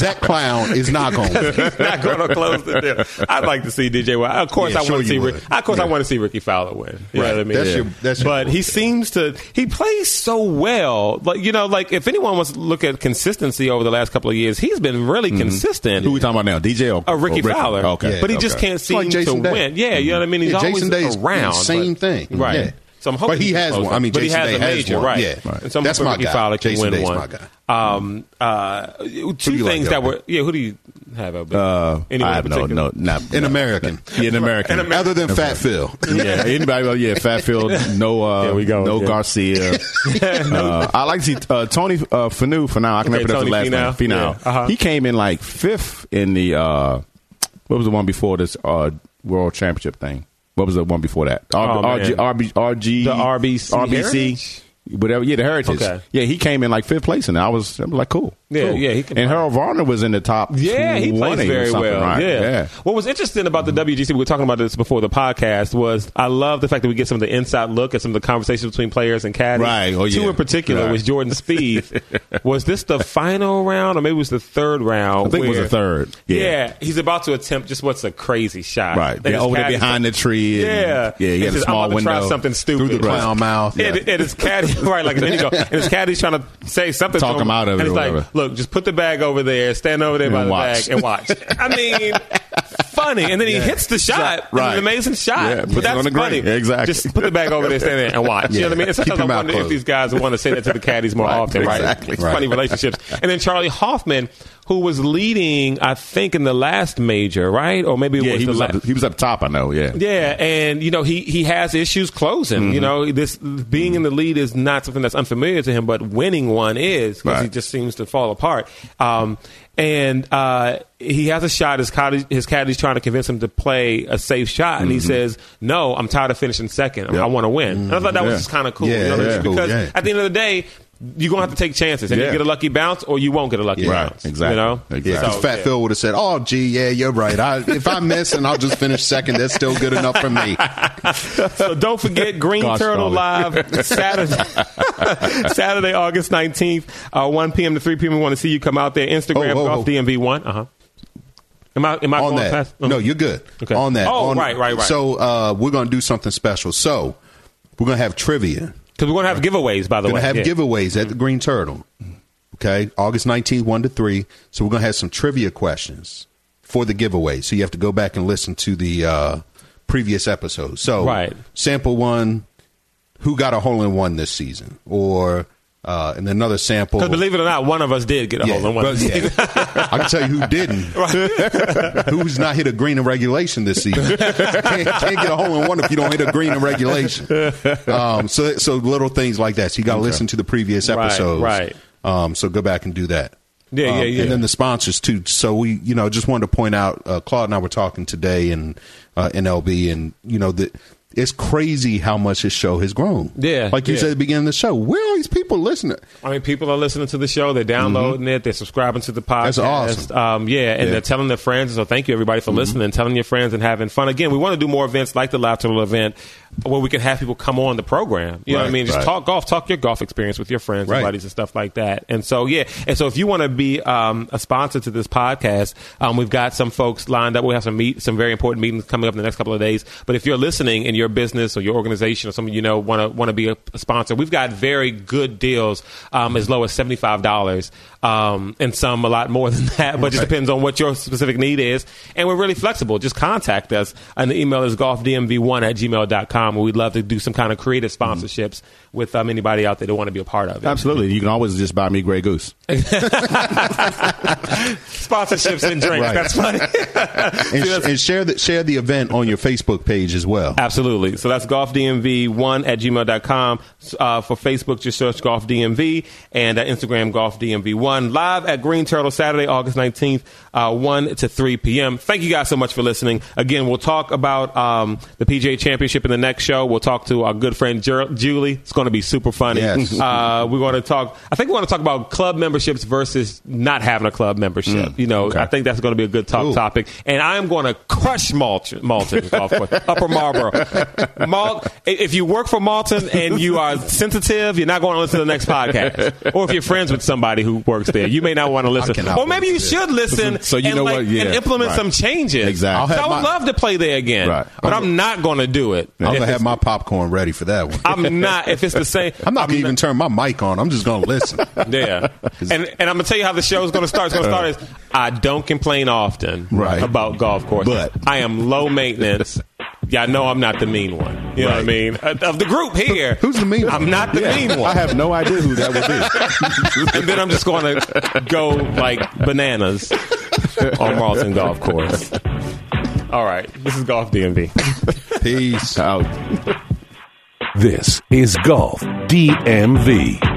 Speaker 4: that clown is not going. to
Speaker 2: He's not going to close the deal. I'd like to see DJ. Win. Of course,
Speaker 4: Yeah,
Speaker 2: I
Speaker 4: sure
Speaker 2: want to
Speaker 4: you
Speaker 2: see.
Speaker 4: would.
Speaker 2: Rick, of course, I want to see Ricky Fowler win. You know
Speaker 4: Right.
Speaker 2: what I mean?
Speaker 4: That's your- that's your
Speaker 2: but he seems to. He plays so well. Like you know, like if anyone wants to look at consistency over the last couple of years, he's been really
Speaker 4: Mm-hmm.
Speaker 2: consistent.
Speaker 3: Who we talking about now? DJ
Speaker 2: a
Speaker 3: or
Speaker 2: Uh, Oh, Ricky
Speaker 3: or
Speaker 2: Fowler,
Speaker 3: Oh, Okay,
Speaker 2: but he just can't
Speaker 4: It's
Speaker 2: seem
Speaker 4: like Jason
Speaker 2: to
Speaker 4: Day.
Speaker 2: win. Yeah, you know what I mean. He's
Speaker 4: Yeah,
Speaker 2: always
Speaker 4: Jason Day's
Speaker 2: around.
Speaker 4: same
Speaker 2: but-
Speaker 4: thing.
Speaker 2: right?
Speaker 4: Yeah.
Speaker 2: So I'm hoping
Speaker 4: But he
Speaker 2: can
Speaker 4: has
Speaker 2: close
Speaker 4: one.
Speaker 2: it.
Speaker 4: I mean,
Speaker 2: but he
Speaker 4: Jason
Speaker 2: has
Speaker 4: Day
Speaker 2: a
Speaker 4: has
Speaker 2: major,
Speaker 4: one.
Speaker 2: right?
Speaker 4: Yeah.
Speaker 2: And so I'm
Speaker 4: That's
Speaker 2: hoping
Speaker 4: my
Speaker 2: Ricky
Speaker 4: guy.
Speaker 2: Fowler can
Speaker 4: Jason
Speaker 2: win
Speaker 4: Day's
Speaker 2: one.
Speaker 4: my
Speaker 2: Um, uh, two
Speaker 4: you like,
Speaker 2: things that
Speaker 4: Elvin?
Speaker 2: were. Yeah, who do you have? Elvin?
Speaker 3: Uh,
Speaker 2: Anyone in
Speaker 3: I no,
Speaker 2: particular?
Speaker 3: no, not
Speaker 4: An
Speaker 3: no.
Speaker 4: American.
Speaker 3: Yeah, an American.
Speaker 4: Other than Fat Phil.
Speaker 3: yeah, anybody? well, Yeah, Fatfield. No, uh,
Speaker 2: There we go,
Speaker 3: no
Speaker 2: yeah.
Speaker 3: Garcia. uh, I like to see uh, Tony uh, Finu for now. I can
Speaker 2: Okay,
Speaker 3: never pronounce his last
Speaker 2: Tony Finau.
Speaker 3: name. Finau.
Speaker 2: Yeah, uh-huh.
Speaker 3: He came in like fifth in the uh, what was the one before this uh, World Championship thing? What was the one before that?
Speaker 2: Oh,
Speaker 3: R-
Speaker 2: man.
Speaker 3: RG, RB, RG,
Speaker 2: The RBC Heritage?
Speaker 3: RBC, whatever. Yeah, the Heritage.
Speaker 2: Okay.
Speaker 3: Yeah, he came in like fifth place, and I was, I was like, cool.
Speaker 2: Yeah,
Speaker 3: cool.
Speaker 2: yeah, he can
Speaker 3: and Harold Varner was in the top.
Speaker 2: Yeah, he
Speaker 3: 20
Speaker 2: plays
Speaker 3: or
Speaker 2: very
Speaker 3: something,
Speaker 2: well.
Speaker 3: right?
Speaker 2: Yeah.
Speaker 3: yeah.
Speaker 2: What was interesting about the WGC, we were talking about this before the podcast, was I love the fact that we get some of the inside look at some of the conversations between players and caddies.
Speaker 3: Right. Oh,
Speaker 2: Two
Speaker 3: yeah.
Speaker 2: in particular
Speaker 3: Right.
Speaker 2: was Jordan Spieth. was this the final round, or maybe it was the third round?
Speaker 3: I think it was
Speaker 2: where-
Speaker 3: the third.
Speaker 2: Yeah.
Speaker 3: Yeah.
Speaker 2: he's about to attempt just what's a crazy shot.
Speaker 3: Right.
Speaker 2: And
Speaker 3: Yeah,
Speaker 2: his
Speaker 3: over there
Speaker 2: caddy
Speaker 3: behind the tree. and-
Speaker 2: yeah,
Speaker 3: Yeah,
Speaker 2: He
Speaker 3: you got a
Speaker 2: says,
Speaker 3: small
Speaker 2: I'm about
Speaker 3: window.
Speaker 2: To try something stupid
Speaker 4: Through the
Speaker 2: Right.
Speaker 4: clown mouth.
Speaker 2: And, and his caddy, right? Like a minute ago, and his caddy's trying to say something.
Speaker 3: Talk
Speaker 2: to him,
Speaker 3: him out
Speaker 2: and
Speaker 3: of it
Speaker 2: He's
Speaker 3: or
Speaker 2: like,
Speaker 3: whatever.
Speaker 2: "Look, just put the bag over there. Stand over there by
Speaker 3: And
Speaker 2: the
Speaker 3: watch.
Speaker 2: bag and watch." I mean, funny. And then he hits the shot. It's
Speaker 3: Right.
Speaker 2: an amazing shot.
Speaker 3: Yeah,
Speaker 2: but
Speaker 3: puts it
Speaker 2: that's
Speaker 3: on the
Speaker 2: funny.
Speaker 3: green. Exactly.
Speaker 2: Just put the bag over there, stand there, and watch. You know what I mean? And
Speaker 4: Keep
Speaker 2: sometimes
Speaker 4: your
Speaker 2: I
Speaker 4: mouth
Speaker 2: wonder if
Speaker 4: closed.
Speaker 2: these guys want to say that to the caddies more
Speaker 3: Right.
Speaker 2: often. Right.
Speaker 3: Exactly.
Speaker 2: It's funny relationships. And then Charlie Hoffman, who was leading, I think, in the last major, right? Or maybe it
Speaker 3: Yeah,
Speaker 2: was
Speaker 3: he
Speaker 2: the
Speaker 3: was,
Speaker 2: last.
Speaker 3: up, he was up top. I know. Yeah,
Speaker 2: Yeah, and you know he he has issues closing.
Speaker 4: Mm-hmm.
Speaker 2: You know this being in the lead is not something that's unfamiliar to him, but winning one is because he
Speaker 3: Right.
Speaker 2: just seems to fall apart. Um, and uh, he has a shot. His caddy, his caddy's trying to convince him to play a safe shot, and he
Speaker 4: Mm-hmm.
Speaker 2: says, "No, I'm tired of finishing second. I
Speaker 3: Yep.
Speaker 2: want to win." And I thought that was
Speaker 3: Yeah.
Speaker 2: just kind of cool, you
Speaker 4: Mm-hmm. Yeah,
Speaker 2: know what I
Speaker 4: yeah,
Speaker 2: mean?
Speaker 4: cool,
Speaker 2: because
Speaker 4: yeah.
Speaker 2: at the end of the day. You're gonna have to take chances, and you
Speaker 3: Yeah.
Speaker 2: get a lucky bounce, or you won't get a lucky
Speaker 4: Yeah. Right,
Speaker 2: bounce.
Speaker 3: exactly.
Speaker 2: You know,
Speaker 3: Exactly.
Speaker 4: Yeah, 'cause
Speaker 2: So,
Speaker 4: Fat
Speaker 2: yeah.
Speaker 4: Phil would have said, "Oh, gee, yeah, you're right. I, if I miss and I'll just finish second, that's still good enough for me."
Speaker 2: So don't forget Green
Speaker 3: Gosh
Speaker 2: Turtle
Speaker 3: darn
Speaker 2: Live Saturday, Saturday, August nineteenth, uh, one p.m. to three p.m. We want to see you come out there. Instagram
Speaker 4: Oh, oh,
Speaker 2: golf
Speaker 4: oh.
Speaker 2: DMV one. Uh huh. Am I am I
Speaker 4: on
Speaker 2: going
Speaker 4: that.
Speaker 2: past?
Speaker 4: No, you're good.
Speaker 2: Okay.
Speaker 4: On that.
Speaker 2: Oh,
Speaker 4: On-
Speaker 2: right, right, right.
Speaker 4: So uh, we're gonna do something special. So we're gonna have trivia.
Speaker 2: because we're gonna have giveaways. By the
Speaker 4: We're
Speaker 2: way,
Speaker 4: gonna have
Speaker 2: Yeah.
Speaker 4: giveaways at the Green Turtle. Okay, August nineteenth, one to three. So we're gonna have some trivia questions for the giveaway. So you have to go back and listen to the uh, previous episode. So
Speaker 2: Right.
Speaker 4: sample one: Who got a hole in one this season? Or uh, and another sample.
Speaker 2: 'Cause believe it or not, one of us did get a
Speaker 4: Yeah,
Speaker 2: hole in one.
Speaker 4: but- yeah. I can tell you who didn't. Who's not hit a green in regulation this season? can't, can't get a hole in one if you don't hit a green in regulation. Um, so, so little things like that. So you got to listen to the previous
Speaker 2: Right,
Speaker 4: episodes,
Speaker 2: right.
Speaker 4: Um, so go back and do that.
Speaker 2: Yeah,
Speaker 4: Um,
Speaker 2: yeah, yeah.
Speaker 4: And then the sponsors too. So we, you know, just wanted to point out. Uh, Claude and I were talking today, and uh, NLB, and you know that. It's crazy how much his show has grown.
Speaker 2: Yeah,
Speaker 4: like you
Speaker 2: yeah.
Speaker 4: said at the beginning of the show, where are these people listening?
Speaker 2: I mean, people are listening to the show. They're downloading it. They're subscribing to the podcast.
Speaker 4: Mm-hmm. That's awesome. Mm-hmm.
Speaker 2: Um, yeah, and they're telling their friends. So thank you everybody for listening, telling your friends, and having fun. Again, we want to do more events like the Live Turtle event, where we can have people come on the program. You know what I
Speaker 4: Right,
Speaker 2: mean? Just
Speaker 4: right.
Speaker 2: talk golf, talk your golf experience with your friends, and
Speaker 4: Right.
Speaker 2: buddies, and stuff like that. And so yeah, and so if you want to be um, a sponsor to this podcast, um, we've got some folks lined up. We have some meet some very important meetings coming up in the next couple of days. But if you're listening and your business or your organization or someone you know want to want to be a, a sponsor, we've got very good deals um, as low as seventy five dollars, um, and some a lot more than that. But it just depends on what your specific need is, and we're really flexible. Just contact us, and the email is golfdmv1 at gmail.com. We'd love to do some kind of creative sponsorships with um, anybody out there that want to be a part of it.
Speaker 3: absolutely. You can always just buy me Grey Goose.
Speaker 2: sponsorships and drinks.
Speaker 4: Right.
Speaker 2: That's funny.
Speaker 4: And, sh- and share the share the event on your Facebook page as
Speaker 2: Ah,
Speaker 4: well.
Speaker 2: Absolutely. So that's golfdmv1 at gmail.com. Uh, for Facebook, just search Golf DMV and at Instagram, Golf DMV1. Live at Green Turtle Saturday, August 19th, uh, 1 to 3 p.m. Thank you guys so much for listening. Again, we'll talk about um, the PGA Championship in the next next show. We'll talk to our good friend Jer- Julie. It's going to be super funny.
Speaker 4: Yes.
Speaker 2: Uh, we're going to talk. I think we want to talk about club memberships versus not having a club membership.
Speaker 3: Mm,
Speaker 2: you know, I think that's going to be a good talk topic. And I'm going to crush Malton, Malton golf course, Upper Marlboro. Mal- if you work for Malton and you are sensitive, you're not going to listen to the next podcast. Or if you're friends with somebody who works there, you may not want to listen.
Speaker 4: cannot
Speaker 2: Or maybe you
Speaker 4: listen to
Speaker 2: should listen.
Speaker 3: So you
Speaker 2: and,
Speaker 3: know
Speaker 2: like,
Speaker 3: what? Yeah,
Speaker 2: and implement
Speaker 3: right.
Speaker 2: some changes.
Speaker 3: Exactly. I'll
Speaker 4: have
Speaker 2: So I would
Speaker 4: my-
Speaker 2: love to play there again,
Speaker 3: Right.
Speaker 2: but I'm, not going to do it. If
Speaker 4: I'm gonna
Speaker 2: it's-
Speaker 4: have my popcorn ready for that one.
Speaker 2: I'm not. If it's the same,
Speaker 4: I'm not gonna even turn my mic on. I'm just gonna listen.
Speaker 2: Yeah, and and I'm gonna tell you how the show is gonna start. It's gonna start as I don't complain often
Speaker 4: Uh. Right.
Speaker 2: about golf courses.
Speaker 4: But-
Speaker 2: I am low maintenance. Y'all know I'm not the mean one. You know what I mean? Of of the group here,
Speaker 4: Who's the mean?
Speaker 2: I'm
Speaker 4: one?
Speaker 2: not the mean
Speaker 3: I
Speaker 2: one.
Speaker 3: have no idea who that would be.
Speaker 2: and then I'm just gonna go like bananas on Marlton Golf Course. All right, this is Golf DMV.
Speaker 4: Peace.
Speaker 3: Oh. Out.
Speaker 1: This is Golf DMV.